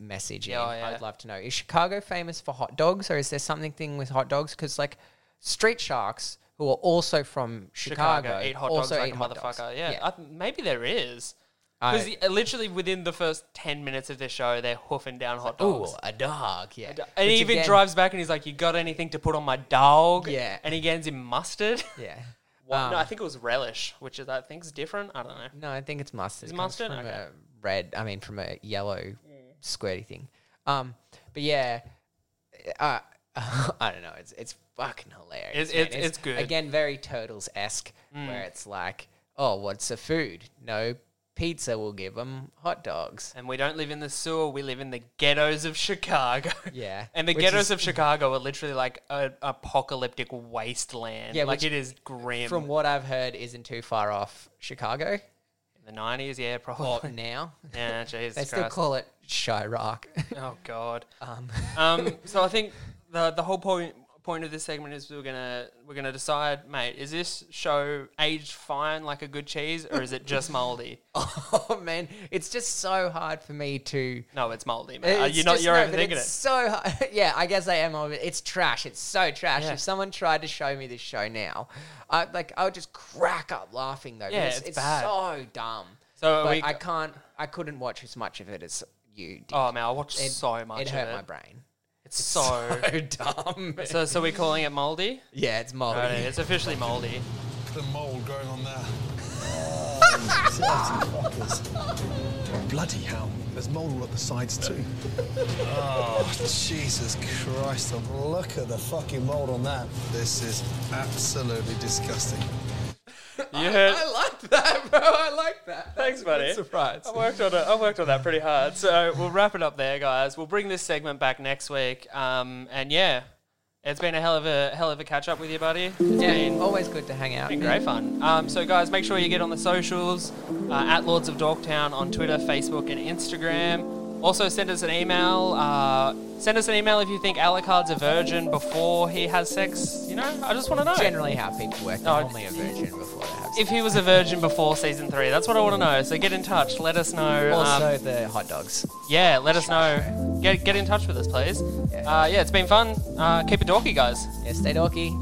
E: message
D: Yeah,
E: in?
D: yeah.
E: I'd love to know. Is Chicago famous for hot dogs, or is there something thing with hot dogs? Because like Street Sharks, who are also from Chicago,
D: Chicago, eat hot dogs
E: also
D: like
E: eat
D: a
E: hot dogs.
D: motherfucker. Yeah, I th- maybe there is. Because
E: I-
D: literally within the first ten minutes of the show, they're hoofing down hot
E: Ooh,
D: dogs.
E: a dog. Yeah.
D: and
E: Which
D: he even
E: again-
D: drives back and he's like, "You got anything to put on my dog?"
E: Yeah.
D: and he gets him mustard.
E: Yeah.
D: Well, no,
E: Um,
D: I think it was relish, which is I think is different. I don't know.
E: No, I think it's mustard.
D: Is
E: It comes
D: mustard?
E: from
D: Okay.
E: a red. I mean, from a yellow squirty thing. Um, but yeah, uh, I don't know. It's it's fucking hilarious.
D: It's-
E: man.
D: it's- it's good. Mm.
E: Again, very turtles esque, where it's like, oh, what's a food? No pizza. We'll give them hot dogs.
D: And we don't live in the sewer; we live in the ghettos of Chicago.
E: Yeah,
D: and the
E: which
D: ghettos
E: is-
D: of Chicago are literally like an apocalyptic wasteland.
E: Yeah,
D: Yeah, like
E: which-
D: it is grim.
E: From
D: From
E: what I've heard, isn't too far off Chicago
D: the nineties, yeah, probably.
E: or now.
D: yeah, Jesus
E: Oh, They still
D: Christ.
E: call it Chirac.
D: Oh God. Um. so I think the the whole point point of this segment is we're gonna we're gonna decide, mate, is this show aged fine like a good cheese, or is it just moldy?
E: oh man, it's just so hard for me to
D: No, it's moldy, mate. Uh,
E: It's
D: you're not
E: just-
D: you're
E: no, but
D: overthinking
E: it's
D: it.
E: So hard. yeah, I guess I am. Over, it's trash. It's so trash.
D: Yeah.
E: If someone tried to show me this show now, I like I would just crack up laughing though.
D: Yeah,
E: because
D: it's
E: it's
D: bad.
E: so dumb.
D: So are
E: but
D: we-
E: I can't. I couldn't watch as much of it as you did.
D: Oh man, I watched
E: It-
D: so much.
E: It
D: of
E: hurt
D: it.
E: my brain.
D: It's so.
E: So dumb.
D: So, so we're calling it moldy?
E: yeah, it's moldy.
D: Alright, it's officially moldy.
G: the mold going on there. Bloody hell. There's mold all up the sides too. Oh, Jesus Christ. Look at the fucking mold on that. This is absolutely disgusting.
D: You heard.
E: I like that, bro. I like that.
D: Thanks, buddy.
E: Surprise.
D: I worked on it. I worked on that pretty hard. So we'll wrap it up there, guys. We'll bring this segment back next week. Um, and yeah, it's been a hell of a hell of a catch up with you, buddy. It's been-
E: Yeah, always good to hang out.
D: been great fun. Um, so, guys, make sure you get on the socials uh, at Lords of Dorktown on Twitter, Facebook, and Instagram. Also, send us an email. Uh, send us an email if you think Alucard's a virgin before he has sex. You know, I just want to know.
E: Generally, how people work.
D: Oh,
E: I'm only a virgin before they have.
D: if he was a virgin before season three, that's what I want to know. So get in touch. Let us know. um,
E: also, the hot dogs.
D: yeah, let us know. Get get in touch with us, please.
E: Yeah.
D: Uh, yeah, it's been fun. Uh, keep it dorky, guys.
E: Yeah, stay dorky.